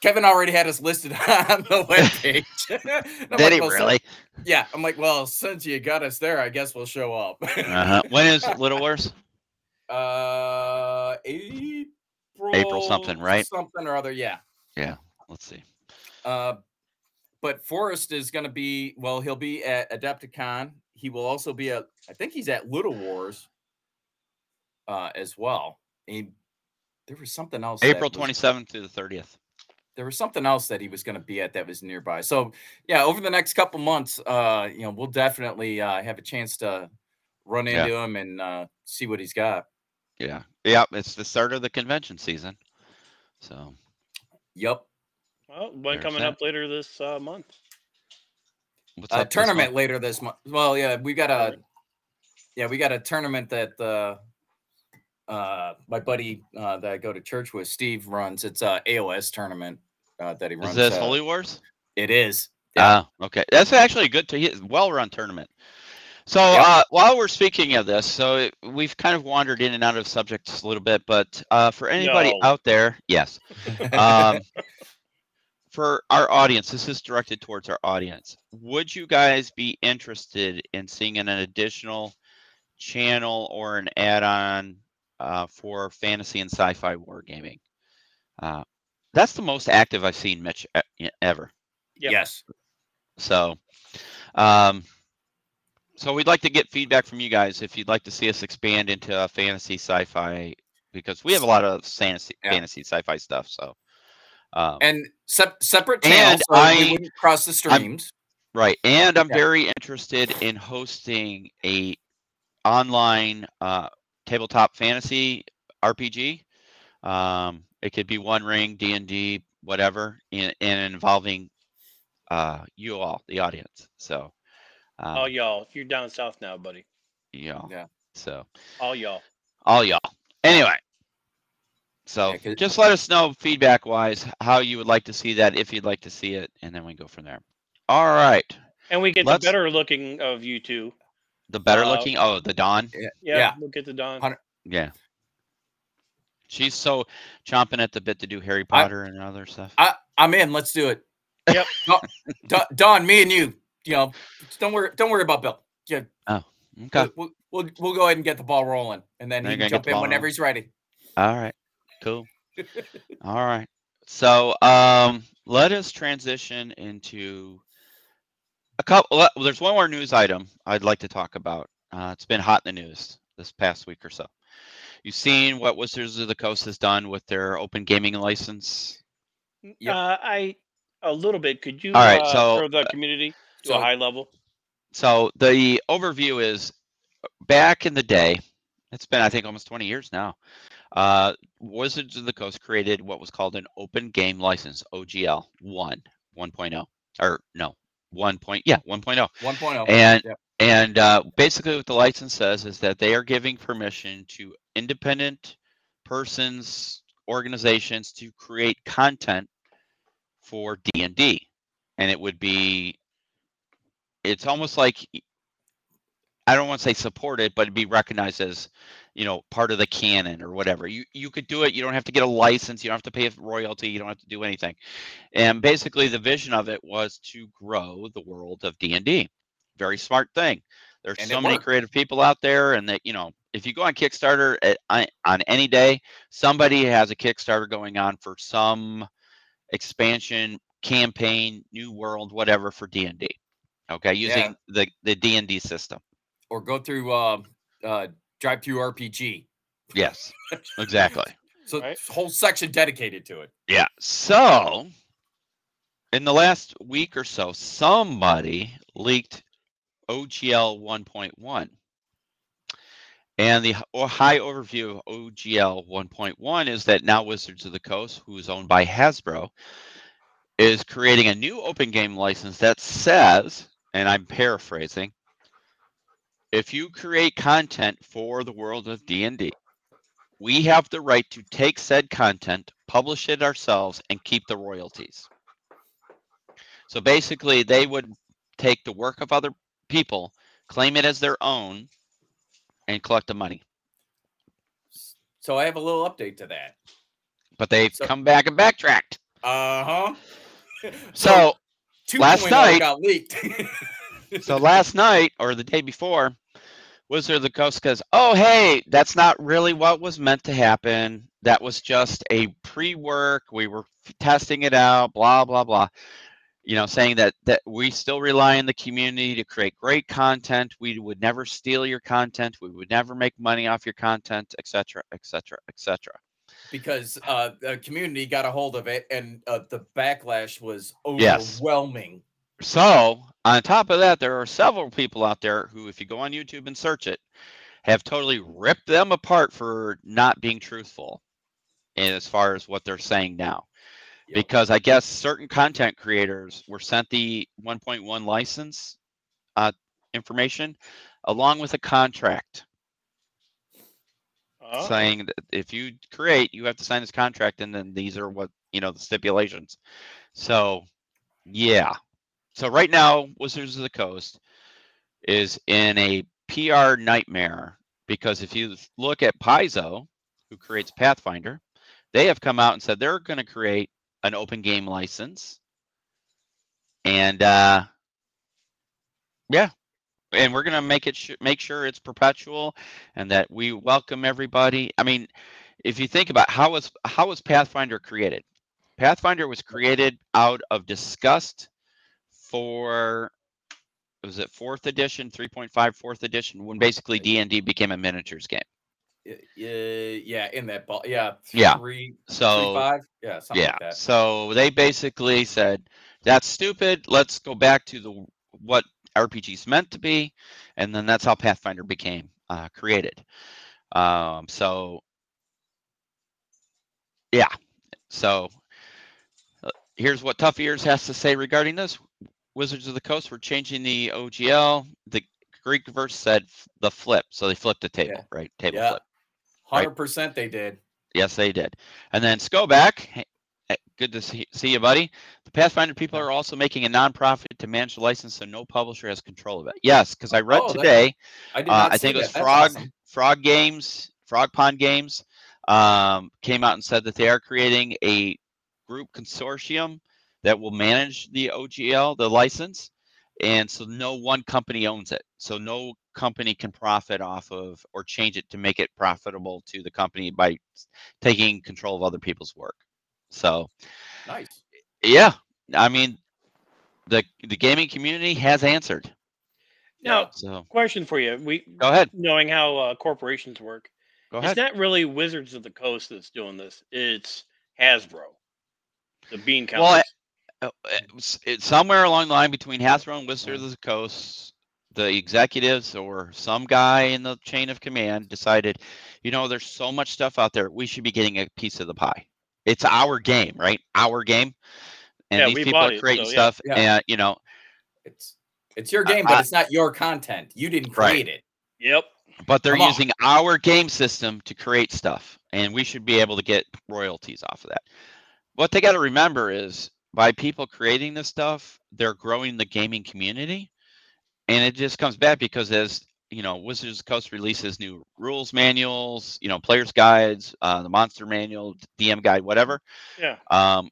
Kevin already had us listed [LAUGHS] on the
[LAUGHS]
webpage. [LAUGHS] And I'm
Did
like,
he
"Well, sin-
really?
yeah, I'm like, well, since you got us there, I guess we'll show up. [LAUGHS]
Uh-huh. When is Little Wars?
uh, April.
something, right?
Something or other. Yeah.
Let's see.
Uh, but Forrest is going to be well. He'll be at Adepticon. He will also be at. I think he's at Little Wars. Uh, as well. And there was something else. that
April
was-
27th through the 30th.
There was something else that he was going to be at that was nearby. So yeah, over the next couple months, uh, you know, we'll definitely uh, have a chance to run
Yeah.
into him and uh, see what he's got.
Yeah. Yeah. It's the start of the convention season. So,
Yep.
Well, Oh, one
There's
coming
that.
up later this uh, month.
what's
uh,
up this month?
tournament later this month. Well, yeah, we got a yeah, we got a tournament that uh uh my buddy uh that I go to church with, Steve runs. It's a AOS tournament uh that he runs.
Is this
uh,
Holy Wars?
It is.
Yeah. okay. That's actually good to hear. Well run tournament. So
Yeah.
uh, while we're speaking of this, so it, we've kind of wandered in and out of subjects a little bit, but uh, for anybody
No.
out there, yes, [LAUGHS] um, [LAUGHS] for our audience, this is directed towards our audience. Would you guys be interested in seeing an additional channel or an add-on uh, for fantasy and sci-fi wargaming? Uh, that's the most active I've seen Mitch e- ever.
Yeah.
Yes.
So, um, so we'd like to get feedback from you guys if you'd like to see us expand into uh, fantasy sci-fi because we have a lot of fantasy
Yeah.
fantasy sci-fi stuff. So, um,
And sep- separate
And
channels so
I-
we wouldn't cross the streams.
right, and I'm
Yeah.
very interested in hosting a online uh, tabletop fantasy RPG. Um, it could be One Ring, D and D, whatever, and, and involving uh, you all, the audience. So, um,
All y'all, you're down south now, buddy.
you all.
Oh, Yeah.
So,
All y'all.
all y'all. Anyway, so
Yeah, 'cause-
just let us know feedback wise how you would like to see that, if you'd like to see it, and then we go from there. All right.
And we get
Let's-
the better looking of you two.
The better
Uh,
looking, oh, the Dawn.
Yeah,
Yeah.
we'll get the Don.
Hundred-
Yeah. She's so chomping at the bit to do Harry
I-
Potter and other stuff.
I, I'm in. Let's do it.
Yep.
[LAUGHS] Don, Don, Don, me and you. You know, don't worry. Don't worry about Bill. Yeah,
okay.
we'll, we'll we'll- we'll go ahead and get the ball rolling, and then
They're
he
gonna get
can jump
the
in
ball
whenever
rolling.
he's ready.
All right.
[LAUGHS]
Cool. All right. So um, let us transition into a couple. Well, there's one more news item I'd like to talk about. Uh, it's been hot in the news this past week or so. You've seen what Wizards of the Coast has done with their open gaming license.
Yep.
Uh, I a little bit. Could you
All right,
uh,
so,
for the community to
so-
a high level?
So the overview is back in the day, it's been, I think, almost 20 years now. Uh, Wizards of the Coast created what was called an open game license, OGL 1, 1.0, oh, or no, 1. Point, yeah, 1.0.
1.0.
And
Yep.
and uh, basically, what the license says is that they are giving permission to independent persons, organizations to create content for D and D, and it would be, it's almost like, e, I don't want to say supported, but it'd be recognized as, you know, part of the canon or whatever. You you could do it. You don't have to get a license. You don't have to pay a royalty. You don't have to do anything. And basically, the vision of it was to grow the world of D and D very smart thing. There's
And it
so many
worked.
creative people out there, and that you know, if you go on Kickstarter at, on- on any day, somebody has a Kickstarter going on for some expansion campaign, new world, whatever for D and D. Okay, using the the D and D system.
or go through uh, uh, drive through RPG.
Yes, exactly.
So
Right.
whole section dedicated to it.
Yeah. So, in the last week or so, somebody leaked OGL 1.1. And the h- o- high overview of OGL 1.1 is that now Wizards of the Coast, who is owned by Hasbro, is creating a new open game license that says, and I'm paraphrasing, if you create content for the world of D&D, we have the right to take said content, publish it ourselves, and keep the royalties. So basically, they would take the work of other people, claim it as their own, and collect the money.
So I have a little update to that.
But they've
So-
come back and backtracked.
[LAUGHS] Uh huh.
So,
Oh, two oh
last night-
got leaked.
so last night or the day before, Wizard of the Coast goes, "Oh, hey, that's not really what was meant to happen. That was just a pre-work. We were f- testing it out. Blah blah blah." You know, saying that that we still rely on the community to create great content. We would never steal your content. We would never make money off your content, etc., etc., etc.
[LAUGHS] because uh, the community got a hold of it, and uh, the backlash was
Yes.
overwhelming.
So, on top of that, there are several people out there who, if you go on YouTube and search it, have totally ripped them apart for not being truthful and as far as what they're saying now.
Yep.
Because I guess certain content creators were sent the 1.1 license uh, information along with a contract
Oh,
saying that if you create, you have to sign this contract, and then these are what you know the stipulations. So, yeah. So right now, Wizards of the Coast is in a PR nightmare because if you look at Paizo, who creates Pathfinder, they have come out and said they're going to create an open game license, and uh, yeah, and we're going to make it sh- make sure it's perpetual and that we welcome everybody. I mean, if you think about how was how was Pathfinder created? Pathfinder was created out of disgust for was it fourth edition, 3.5 fourth edition, when basically D and D became a miniatures game.
Y- y- yeah, in that ball. Yeah.
Yeah. Oh,
Three, three,
So
five. Yeah. Something
yeah,
Like that.
so they basically said that's stupid. Let's go back to the what RPGs meant to be, and then that's how Pathfinder became uh, created. Um, so yeah, so uh, here's what Tough Ears has to say regarding this. Wizards of the Coast were changing the OGL. The Greek verse said f- the flip, so they flipped the table,
Yeah.
right? Table
Yeah.
flip. Right.
Hundred percent, they did.
Yes, they did. And then Skoback, hey, eh, good to see, see you, buddy. The Pathfinder people are also making a nonprofit to manage the license, so no publisher has control of it. Yes, because I read
Oh, that's-
today.
I did.
Uh,
not
I
see
think it
that.
was
That's
Frog
awesome.
Frog Games, Frog Pond Games, um, came out and said that they are creating a group consortium that will manage the OGL, the license, and so no one company owns it. So no company can profit off of or change it to make it profitable to the company by s- taking control of other people's work. So
Nice.
yeah, I mean, the the gaming community has answered.
Now,
So
question for you: We
go ahead,
knowing how uh, corporations work,
go
it's
ahead.
not really Wizards of the Coast that's doing this. It's Hasbro, the Bean Company.
Well, I- uh, it's, it's somewhere along the line between Hasbro and Wizards of the Coast, the executives or some guy in the chain of command decided, you know, there's so much stuff out there. We should be getting a piece of the pie. It's our game, right? Our game. And
Yeah, we
these people
bought
are
it,
creating
so yeah.
stuff.
Yeah.
And, you know,
It's it's your
I-
game, but
I-
it's not your content. You didn't
Right.
create it.
yep.
but they're
Come on.
using our game system to create stuff. And we should be able to get royalties off of that. What they got to remember is by people creating this stuff, they're growing the gaming community. and it just comes back because as you know wizards of the coast releases new rules manuals you know players guides uh, the monster manual dm guide whatever
Yeah.
um,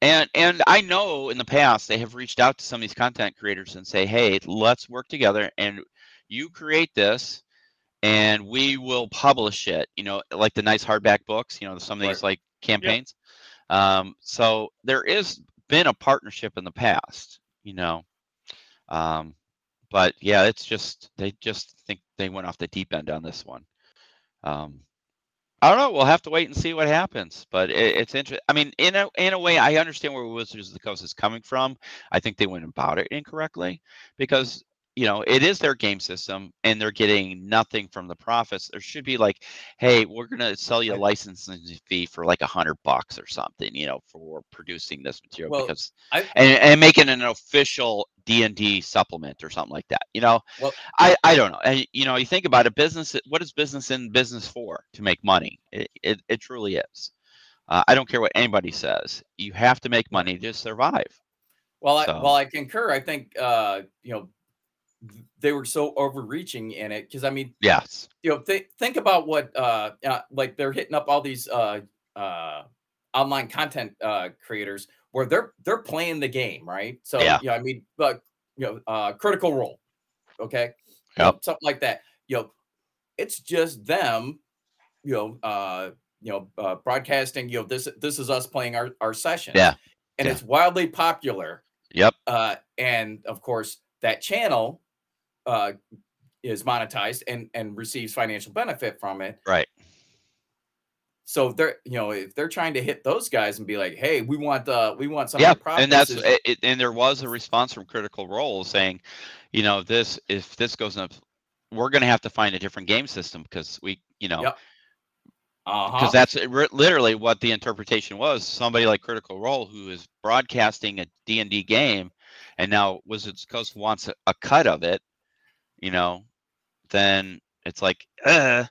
and and i know in the past they have reached out to some of these content creators and say hey let's work together and you create this and we will publish it you know like the nice hardback books you know some of these like campaigns um, so there is been a partnership in the past you know um, but yeah it's just they just think they went off the deep end on this one um, i don't know we'll have to wait and see what happens but it, it's interesting i mean in a, in a way i understand where wizards of the coast is coming from i think they went about it incorrectly
Mm-hmm.
because you know it is their game system and they're getting nothing from the profits there should be like hey we're going to sell you a
Right.
licensing fee for like a hundred bucks or something you know for producing this material
Well,
because
I-
and, and making an official d&d supplement or something like that you know
Well-
i i don't know and you know you think about it business what is business in business for to make money it it, it truly is uh, i don't care what anybody says you have to make money to survive
Well, I,
So-
well, I concur. I think uh, you know th- they were so overreaching in it because I mean
yes
you know th- think about what uh, uh like they're hitting up all these uh uh online content uh creators where they're they're playing the game right so
Yeah.
you know i mean but you know uh critical role okay You know,
Yep.
something like that you know it's just them you know uh you know uh, broadcasting you know this this is us playing our our session
Yeah.
and
Yeah.
it's wildly popular
yep
uh, and of course that channel uh, is monetized and and receives financial benefit from it.
right
So if they're you know if they're trying to hit those guys and be like, hey, we want uh we want some
yeah,
of the profits.
and that's
is-
it, it- and there was a response from Critical Role saying, you know, this if this goes up, we're going to have to find a different game system because we, you know,
Yep.
because
uh-huh.
that's ri- literally what the interpretation was. Somebody like Critical Role who is broadcasting a D and D game, and now Wizards of the Coast wants a, a cut of it, you know, then it's like, uh,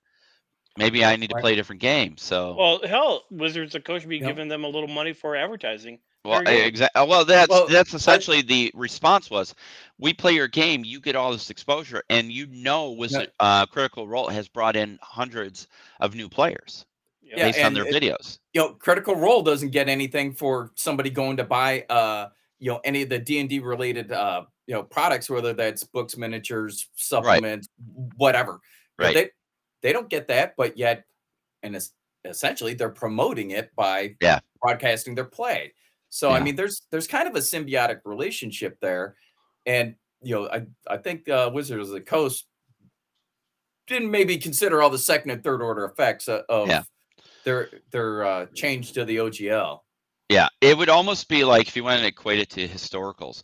maybe I need to
Right.
play a different game. So
Well, hell, Wizards of the Coast should be
Oh. Yep.
giving them a little money for advertising.
Well,
Very
exactly. Well, that's
Well,
that's essentially the response was, we play your game, you get all this exposure, and you know, was
Yeah.
uh, Critical Role has brought in hundreds of new players
Yep.
Yeah,
based on
and
their
it-
videos.
you know, Critical Role doesn't get anything for somebody going to buy uh you know any of the D and D related uh you know products, whether that's books, miniatures, supplements, whatever. You know,
Right.
they they don't get that, but yet, and it's essentially they're promoting it by
Yeah.
broadcasting their play. So I
Yeah.
mean, there's there's kind of a symbiotic relationship there, and you know, I I think uh, Wizards of the Coast didn't maybe consider all the second and third order effects o- of
Yeah.
their their uh, change to the OGL.
Yeah, it would almost be like if you want to equate it to historicals,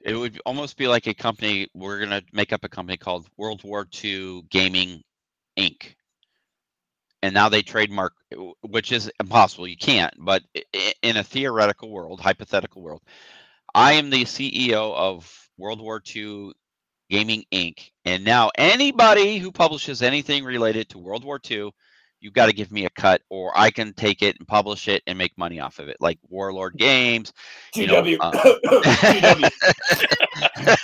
it would almost be like a company. We're gonna make up a company called World War II Gaming Inc. and now they trademark, w- which is impossible. You can't. But i- i- in a theoretical world, hypothetical world, I am the CEO of World War II Gaming Inc. And now anybody who publishes anything related to World War II, you've got to give me a cut, or I can take it and publish it and make money off of it, like Warlord Games. You know,
GW.
uh,
GW.
[LAUGHS]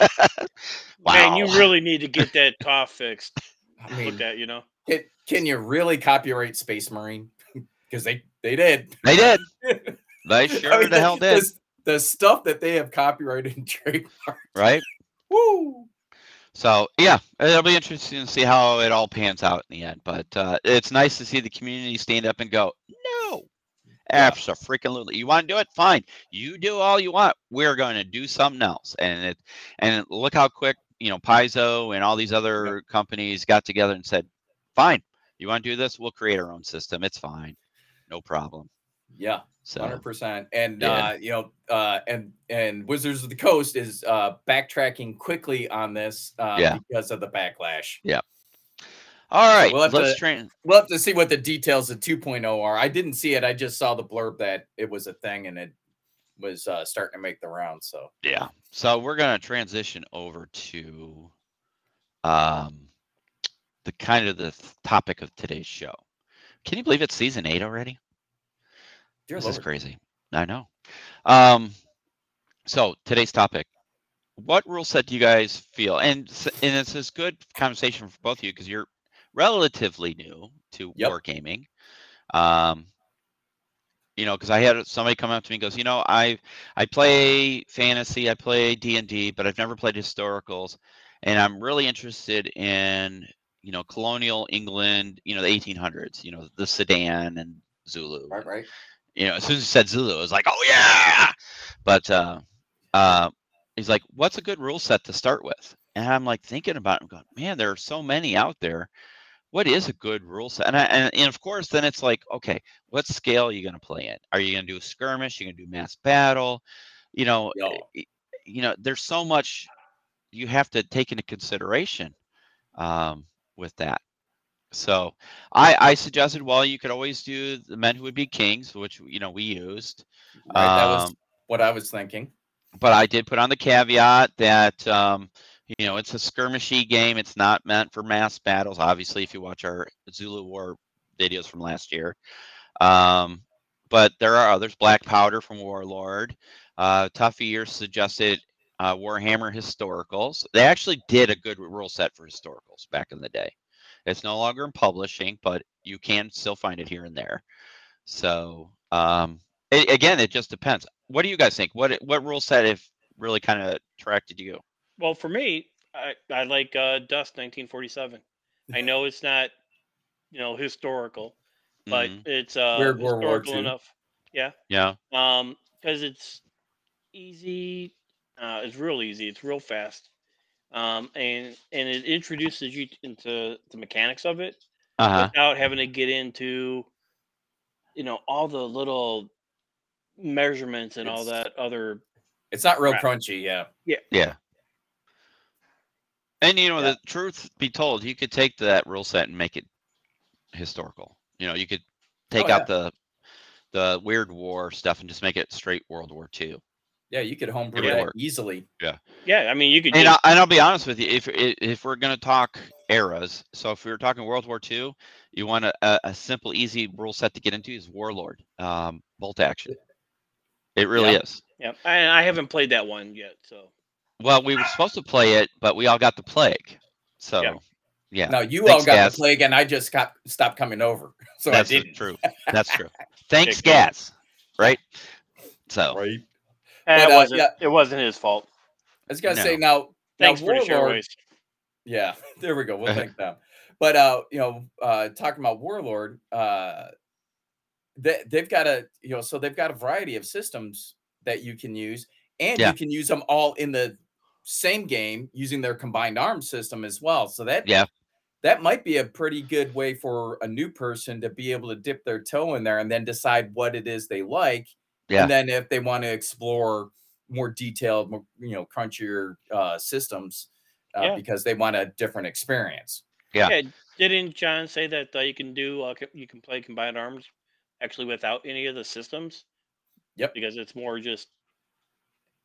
Man, you
Wow.
really need to get that cough fixed.
[COUGHS]
[COUGHS]
I
Look
mean,
at you know.
can, can you really copyright Space Marine? [LAUGHS] Because they they did.
They did.
[LAUGHS]
They sure
mean,
the hell did,
s- The, stuff that they have copyrighted and [LAUGHS] trademarked.
right?
Woo!
So yeah, it'll be interesting to see how it all pans out in the end. But uh, it's nice to see the community stand up and go, no,
Yeah.
absolutely. You want to do it? Fine. You do all you want. We're going to do something else. And it and look how quick you know Paizo and all these other companies got together and said, fine. You want to do this? We'll create our own system. It's fine. No problem.
Yeah,
So
hundred percent. And
Yeah.
uh, you know, uh, and and Wizards of the Coast is uh, backtracking quickly on this uh,
Yeah.
because of the backlash.
all right,
we'll have
let's
to-
train.
We'll have to see what the details of 2.0 are. I didn't see it. I just saw the blurb that it was a thing and it was uh, starting to make the rounds. So
Yeah. So we're going to transition over to um, the kind of the th- topic of today's show. Can you believe it's season eight already?
dear
this is
Lord.
crazy. I know. Um, so today's topic: What rule set do you guys feel? And s- and it's this good conversation for both of you because you're relatively new to
Yep.
wargaming. Um, you know, because I had somebody come up to me and goes, you know, I I play fantasy, I play D and D, but I've never played historicals, and I'm really interested in you know colonial England, you know the 1800s, you know the Sudan and Zulu, and
Right, right.
you know, as soon as he said Zulu, I was like, oh yeah. But uh, uh, he's like, what's a good rule set to start with? And I'm like thinking about it, I'm going, man, there are so many out there. What is a good rule set? And, I, and, and of course, then it's like, okay, what scale are you going to play in? Are you going to do a skirmish? you going to do mass battle? You know,
Yeah.
y- you know, there's so much you have to take into consideration um, with that. So I, I suggested, well, you could always do the men who would be kings, which you know we used.
Right, that was
Um,
what I was thinking.
but I did put on the caveat that um, you know it's a skirmishy game. It's not meant for mass battles. Obviously, if you watch our Zulu War videos from last year, um, but there are others. Black Powder from Warlord. Uh, Tough Year suggested uh, Warhammer Historicals. They actually did a good rule set for historicals back in the day. It's no longer in publishing, but you can still find it here and there. So um, a- again, it just depends. What do you guys think? What what rule set if really kind of attracted you?
Well, for me, I, I like uh, Dust 1947.
[LAUGHS]
I know it's not, you know, historical, but
Mhm.
it's uh,
Mm-hmm. Weird World War
historical
II.
enough. Yeah,
yeah,
um, because it's easy. Uh, it's real easy. It's real fast, um, and and it introduces you into the mechanics of it
Uh-huh.
uh huh,
without having to get into, you know, all the little measurements and all
It's-
that other
It's not real
Crap.
crunchy. Yeah.
yeah. And you know,
Yeah.
the truth be told, you could take that rule set and make it historical. You know, you could take
yeah.
out the the weird war stuff and just make it straight World War II.
Yeah. You could homebrew
It would
that
work.
easily.
Yeah, I mean, you could.
And, I,
just,
and I'll be honest with you, if i- if we're gonna talk eras, so if we were talking World War II, you want a, a, a simple, easy rule set to get into is Warlord, um, bolt action. It really is.
yeah, and I haven't played that one yet, so
Well, we were supposed to play it, but we all got the plague. So
Yeah.
yeah,
Now you all
Thanks,
got
Gaz.
the plague, and I just got stopped coming over. [LAUGHS] So
that's
I didn't.
true. That's true. Thanks,
Big deal.
Gaz. Right. So
Right.
and
But,
it
uh,
wasn't.
yeah.
It wasn't his fault.
I was gonna
No.
say now. now
Thanks, British
Warlord-
Airways.
Yeah, [LAUGHS] there we
[LAUGHS]
go. We'll thank them. But uh, you know, uh talking about Warlord, uh they, they've got a you know, so they've got a variety of systems that you can use, and
Yeah.
you can use them all in the same game using their combined arms system as well. So that
Yeah.
that might be a pretty good way for a new person to be able to dip their toe in there and then decide what it is they like.
Yeah.
And then if they want to explore more detailed, more, you know, crunchier uh, systems uh,
Yeah.
because they want a different experience.
Yeah.
Didn't John say that uh, you can do uh, c- you can play combined arms actually without any of the systems?
Yep.
Because it's more just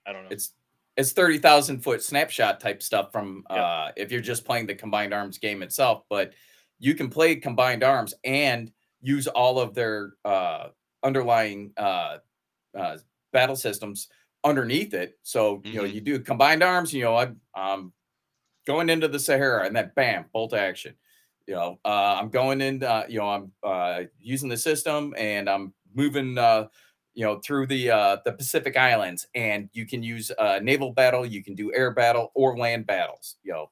I don't know.
It's it's thirty thousand foot snapshot type stuff from
Yep.
uh, if you're just playing the combined arms game itself, but you can play combined arms and use all of their uh, underlying uh, uh, battle systems underneath it. So you know
Mhm.
you do combined arms. You know I'm, I'm going into the Sahara and then bam bolt action. You know uh, I'm going in. Uh, you know I'm uh, using the system and I'm moving. Uh, you know through the uh, the Pacific Islands, and you can use uh, naval battle, you can do air battle or land battles. You know,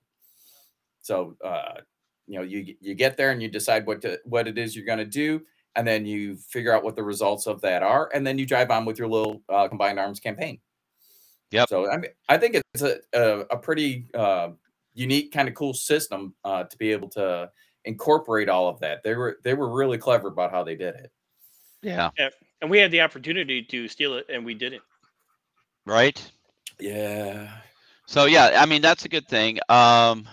so uh, you know you you get there and you decide what to what it is you're going to do, and then you figure out what the results of that are, and then you drive on with your little uh, combined arms campaign.
Yep.
So I mean, I think it's a a, a pretty uh, unique kind of cool system uh, to be able to incorporate all of that. They were they were really clever about how they did it.
Yeah.
and we had the opportunity to steal it and we didn't.
Right.
Yeah.
So yeah, I mean that's a good thing. Um,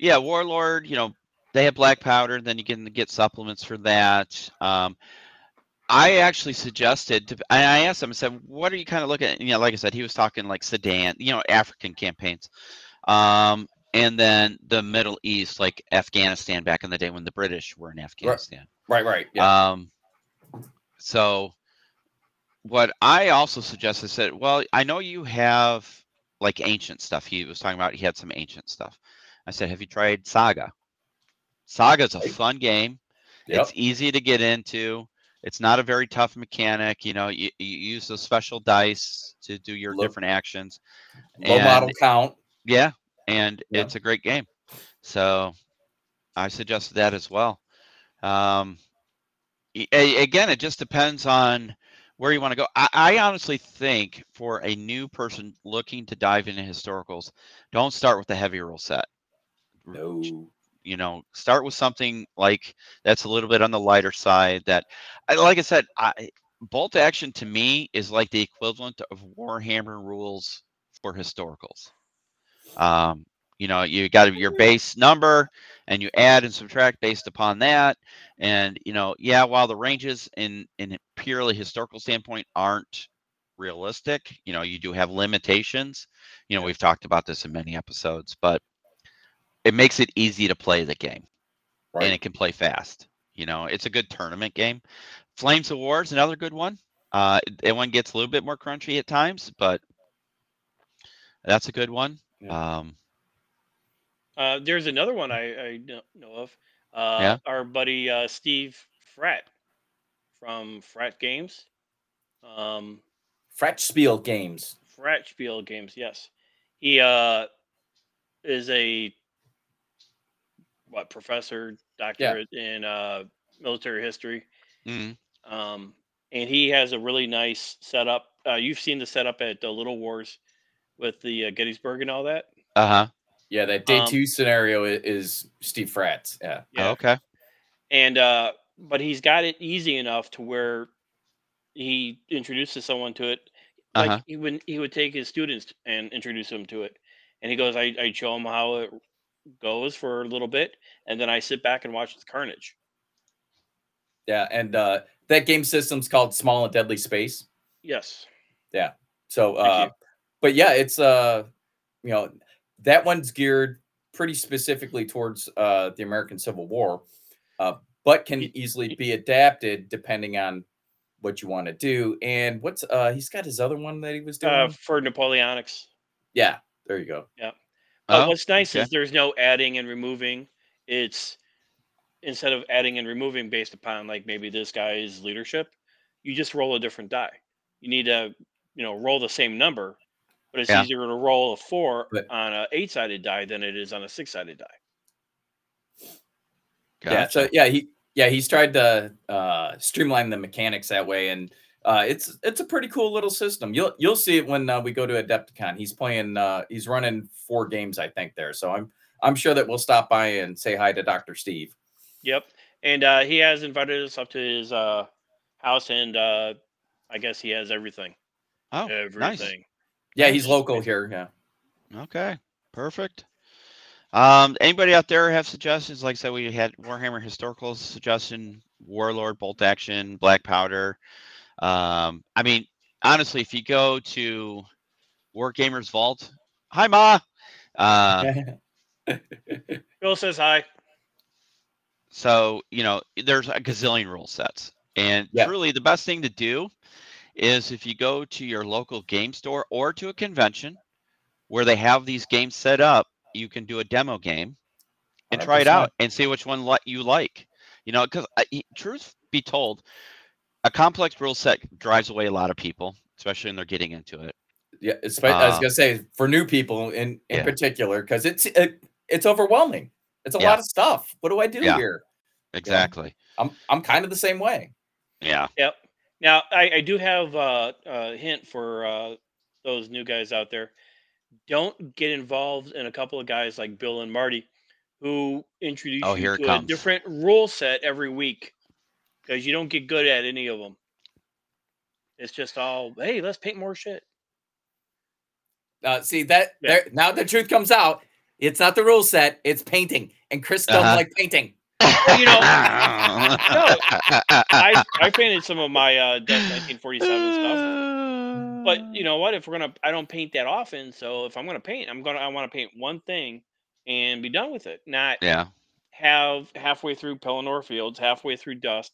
yeah, Warlord. You know, they have black powder. Then you can get supplements for that. Um, I actually suggested to. And I asked him. I said, "What are you kind of looking at?" You know, like I said, he was talking like Sudan. You know, African campaigns. Um, and then the Middle East, like Afghanistan, back in the day when the British were in Afghanistan.
Right. Right. Yeah.
Um, so what I also suggest is that, well, I know you have like ancient stuff. He was talking about he had some ancient stuff. I said, have you tried Saga? Saga's a
Right.
fun game.
Yep.
It's easy to get into. It's not a very tough mechanic. You know, you, you use those special dice to do your
Look-
different actions.
low model count.
Yeah, and
Yeah.
it's a great game. So I suggested that as well. Um, a- a- again, it just depends on where you want to go. I, I honestly think for a new person looking to dive into historicals, don't start with the heavy rule set. R-
No.
You know, start with something like that's a little bit on the lighter side. That, I- like I said, I, bolt action to me is like the equivalent of Warhammer rules for historicals. Um, you know, you got your base number and you add and subtract based upon that. And, you know, yeah, while the ranges in, in a purely historical standpoint aren't realistic, you know, you do have limitations. You know, we've talked about this in many episodes, but it makes it easy to play the game and it
Right.
can play fast. You know, it's a good tournament game. Flames of War is another good one. Uh, that one gets a little bit more crunchy at times, but that's a good one. Um,
Uh, there's another one I, I kno- know of. Uh,
Yeah.
Our buddy uh, Steve Frat from Frat Games. Um,
Fretch Spiel games.
Frat Spiel Games, yes. He uh, is a what professor, doctorate in uh, military history.
Mm-hmm.
mhm.
Um, and he has a really nice setup. Uh, you've seen the setup at the Little Wars with the uh, Gettysburg and all that.
Uh-huh.
Yeah, that day
Um,
two scenario i- is Steve Fratz. Yeah.
Okay.
and uh but he's got it easy enough to where he introduces someone to it like
Uh-huh.
he would he would take his students and introduce them to it and he goes i i show him how it goes for a little bit and then i sit back and watch the carnage
Yeah. And uh, that game system's called Small and Deadly Space.
yes
So,
Thank
uh, but yeah, it's uh, you know, that one's geared pretty specifically towards uh, the American Civil War, uh, but can
Y-
easily be adapted depending on what you want to do. And what's uh, he's got his other one that he was doing.
uh, for napoleonics
yeah, there you go.
but
Oh,
what's nice
okay.
is there's no adding and removing it's instead of adding and removing based upon like maybe this guy's leadership you just roll a different die you need to you know roll the same number but it's
Yeah.
easier to roll a four
But-
on a eight sided die than it is on a six sided die
Yeah. So yeah, he yeah he's tried to uh, streamline the mechanics that way, and uh, it's it's a pretty cool little system. You'll you'll see it when uh, we go to Adepticon. He's playing. Uh, he's running four games, I think. There, so I'm I'm sure that we'll stop by and say hi to Doctor Steve.
yep and uh, he has invited us up to his uh, house and uh, i guess he has everything
Oh,
everything
nice.
Yeah, he's
Nice.
local here. Yeah.
Okay. Perfect. Um, anybody out there have suggestions? Like I said, we had Warhammer Historical suggestion, Warlord Bolt Action, Black Powder. Um, I mean, honestly, if you go to Wargamers Vault, hi Ma. Uh,
Bill says hi.
So, you know, there's a gazillion rule sets. And
Yeah.
truly, the best thing to do is if you go to your local game store or to a convention where they have these games set up, you can do a demo game and try it
100%.
out and see which one li- you like. You know, because truth be told, a complex rule set drives away a lot of people, especially when they're getting into it.
[LAUGHS] yeah, it's, I was
Uh,
gonna say for new people in in
yeah.
particular because it's it, it's overwhelming. It's a
Yeah.
lot of stuff. What do I do
Yeah.
here?
Exactly.
I'm I'm kind of the same way.
Yeah.
Yep. Now I, I do have uh, a hint for uh, those new guys out there. Don't get involved in a couple of guys like Bill and Marty, who introduce
Oh,
you
here it
to a
comes.
different rule set every week, because you don't get good at any of them. It's just all hey, let's paint more shit.
Uh, see that
Yeah.
there, now the truth comes out. It's not the rule set. It's painting, and Chris doesn't
Uh-huh.
like painting.
you know,
[LAUGHS]
I I painted some of my uh, Death 1947 stuff.
[SIGHS]
But you know what? If we're gonna, I don't paint that often. So if I'm gonna paint, I'm gonna, I want to paint one thing and be done with it. Not
Yeah.
have halfway through Pelennor Fields, halfway through Dust,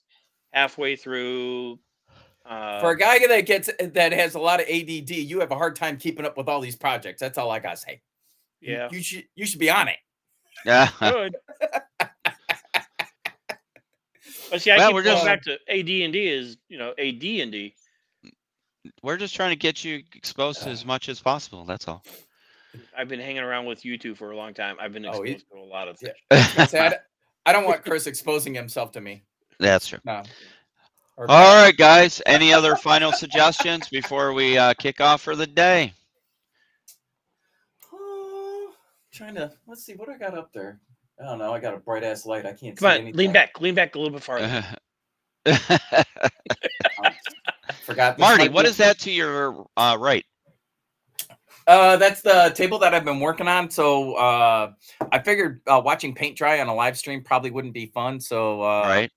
halfway through. Uh,
For a guy that gets that has a lot of ADD, you have a hard time keeping up with all these projects. That's all I gotta say. You- [LAUGHS]
yeah,
you, should you should be on it.
Yeah.
good. but see, I
Well,
keep
we're
going
just-
back to AD and D is you know AD and D.
[LAUGHS] We're just trying to get you exposed to as much as possible. That's all.
I've been hanging around with you two for a long time. I've been
Oh, he-
exposed to a lot of
yeah.
[LAUGHS]
things.
I said, I d- I don't want Chris exposing himself to me.
That's true.
No. Or-
All right, guys. Any other final suggestions before we uh, kick off for the day? [LAUGHS]
Uh, trying to let's see what I got up there. I don't know. I got a bright ass light. I can't see
Come on,
anything.
lean back, lean back a little bit
Uh-huh.
farther.
Forgot this
Marty,
might
what
be-
is that to your uh, right?
Uh, that's the table that I've been working on. So uh, I figured uh, watching paint dry on a live stream probably wouldn't be fun. So uh,
right.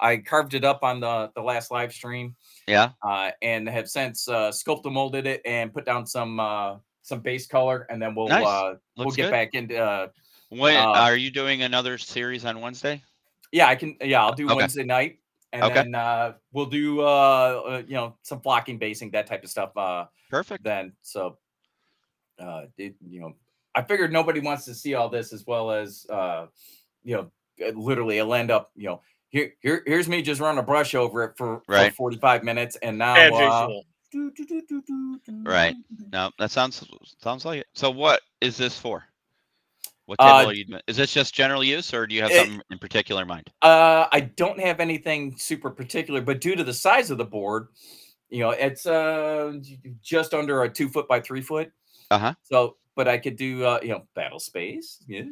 I carved it up on the the last live stream,
Yeah.
uh, and have since uh, sculpted molded it and put down some uh, some base color, and then we'll
Nice.
uh, we'll
Looks
get
good.
back into. Uh,
When
uh,
are you doing another series on Wednesday?
yeah, I can. Yeah, I'll do
Okay.
Wednesday night, and
Okay.
then uh, we'll do uh, uh, you know some blocking, basing, that type of stuff. Uh,
Perfect.
then so uh it, you know i figured nobody wants to see all this as well as uh you know it- literally it'll end up you know here, here here's me just running a brush over it for, for
Right.
45 minutes and now
As
uh,
usual.
do, do, do, do, do, do,
Right.
do, do.
No, that sounds sounds like it. So, what is this for? What table
Uh,
are you? Is this just general use, or do you have
it-
something in particular in mind?
uh i don't have anything super particular but due to the size of the board you know it's uh j- j- just under a two foot by three foot
Uh-huh.
so but i could do uh you know battle space yeah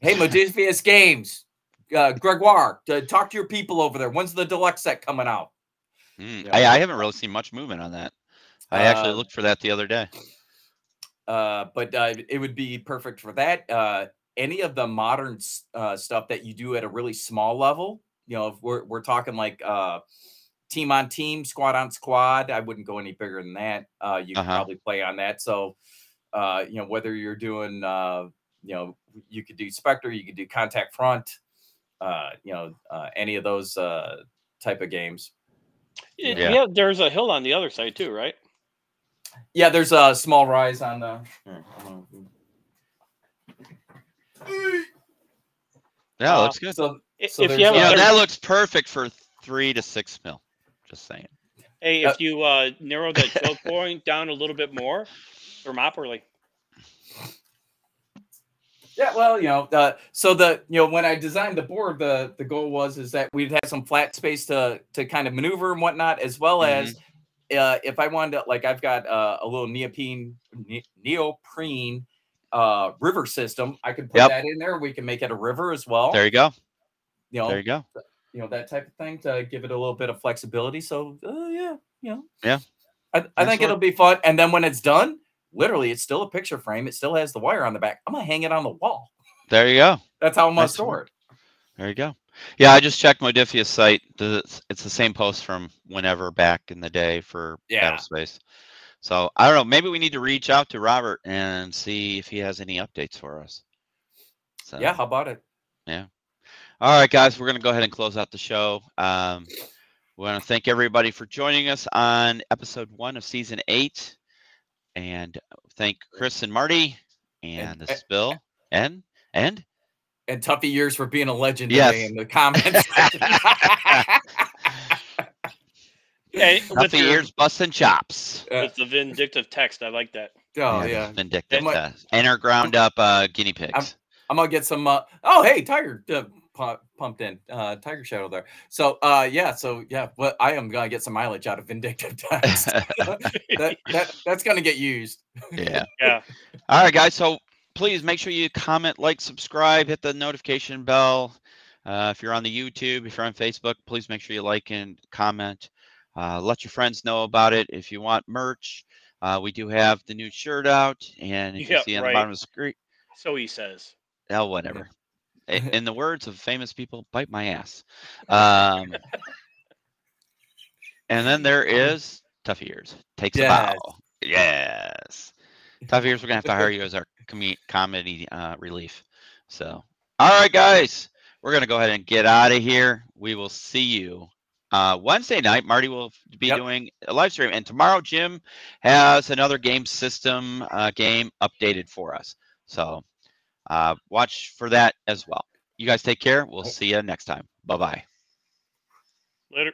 Hey, Modifius Games, uh, Gregoire, to talk to your people over there. When's the deluxe set coming out?
Mm,
Yeah.
I, I haven't really seen much movement on that. I actually
Uh,
looked for that the other day.
Uh, but uh, it would be perfect for that. Uh, any of the modern s- uh, stuff that you do at a really small level, you know, if we're, we're talking like uh, team on team, squad on squad, I wouldn't go any bigger than that. Uh, you could
Uh-huh.
probably play on that. So, uh, you know, whether you're doing, uh, you know, you could do Spectre, you could do Contact Front, uh, you know, uh, any of those uh, type of games.
Yeah.
Yeah.
there's a hill on the other side too, right?
Yeah, there's a small rise on the. here, I'm mm. gonna-
Yeah,
uh,
looks good.
So,
I-
So
if
there's,
you have
You
uh,
a
know,
third-
that looks perfect for three to six mil. Just saying.
Hey,
Uh,
if you uh, narrow that
[LAUGHS]
choke point down a little bit more, thermopylae.
yeah, well, you know, uh, so the you know when I designed the board, the the goal was is that we'd have some flat space to to kind of maneuver and whatnot, as well as
Mm-hmm.
uh, if I wanted to, like I've got uh, a little neoprene ne- neoprene uh, river system, I could put
Yep.
that in there. We can make it a river as well.
There you go.
you know,
There you go.
you know that type of thing to give it a little bit of flexibility so uh, yeah you know
Yeah.
i, I
Nice
think
work.
it'll be fun and then when it's done literally it's still a picture frame. It still has the wire on the back. I'm gonna hang it on the wall.
There you go.
That's how I'm gonna
That's
store it.
There you go. Yeah, I just checked my Diffia site. The- It's the same post from whenever back in the day for
Yeah.
Battle Space. So I don't know. Maybe we need to reach out to Robert and see if he has any updates for us. So,
Yeah, how about it?
All right, guys, we're going to go ahead and close out the show. Um, we want to thank everybody for joining us on episode one of season eight. And thank Chris and Marty and
And-
the spill. And, and,
And toughy years for being a legend
Yes.
today in the [LAUGHS] comments.
Hey, with,
Stuffy
your,
Ears Busting Chops.
Uh,
with the vindictive text, I like that.
oh yeah.
Vindictive.
might-
uh, and our ground up uh, guinea pigs.
I'm gonna get some. Uh, oh, hey, Tiger uh, pu- pumped in. Uh, Tiger Shadow there. So, uh, yeah. So, yeah. But I am gonna get some mileage out of Vindictive
[LAUGHS]
Text. [LAUGHS] that, that that's gonna get used.
yeah.
Yeah.
All right, guys. So please make sure you comment, like, subscribe, hit the notification bell. Uh, if you're on the YouTube, if you're on Facebook, please make sure you like and comment. Uh, let your friends know about it. If you want merch, uh, we do have the new shirt out, and if
Yeah,
you see on
right.
the bottom of the screen,
So he says.
oh, whatever. I- In the words of famous people, bite my ass. Um, and then there is Tough Ears takes a
Yes.
bow. Yes, Tough Ears. We're gonna have to hire you as our com- comedy uh, relief. So, all right, guys, we're gonna go ahead and get out of here. We will see you uh, Wednesday night. Marty will f- be
Yep.
doing a live stream, and tomorrow Jim has another game system uh, game updated for us. So, uh, watch for that as well. You guys take care. We'll see you next time. Bye bye.
Later.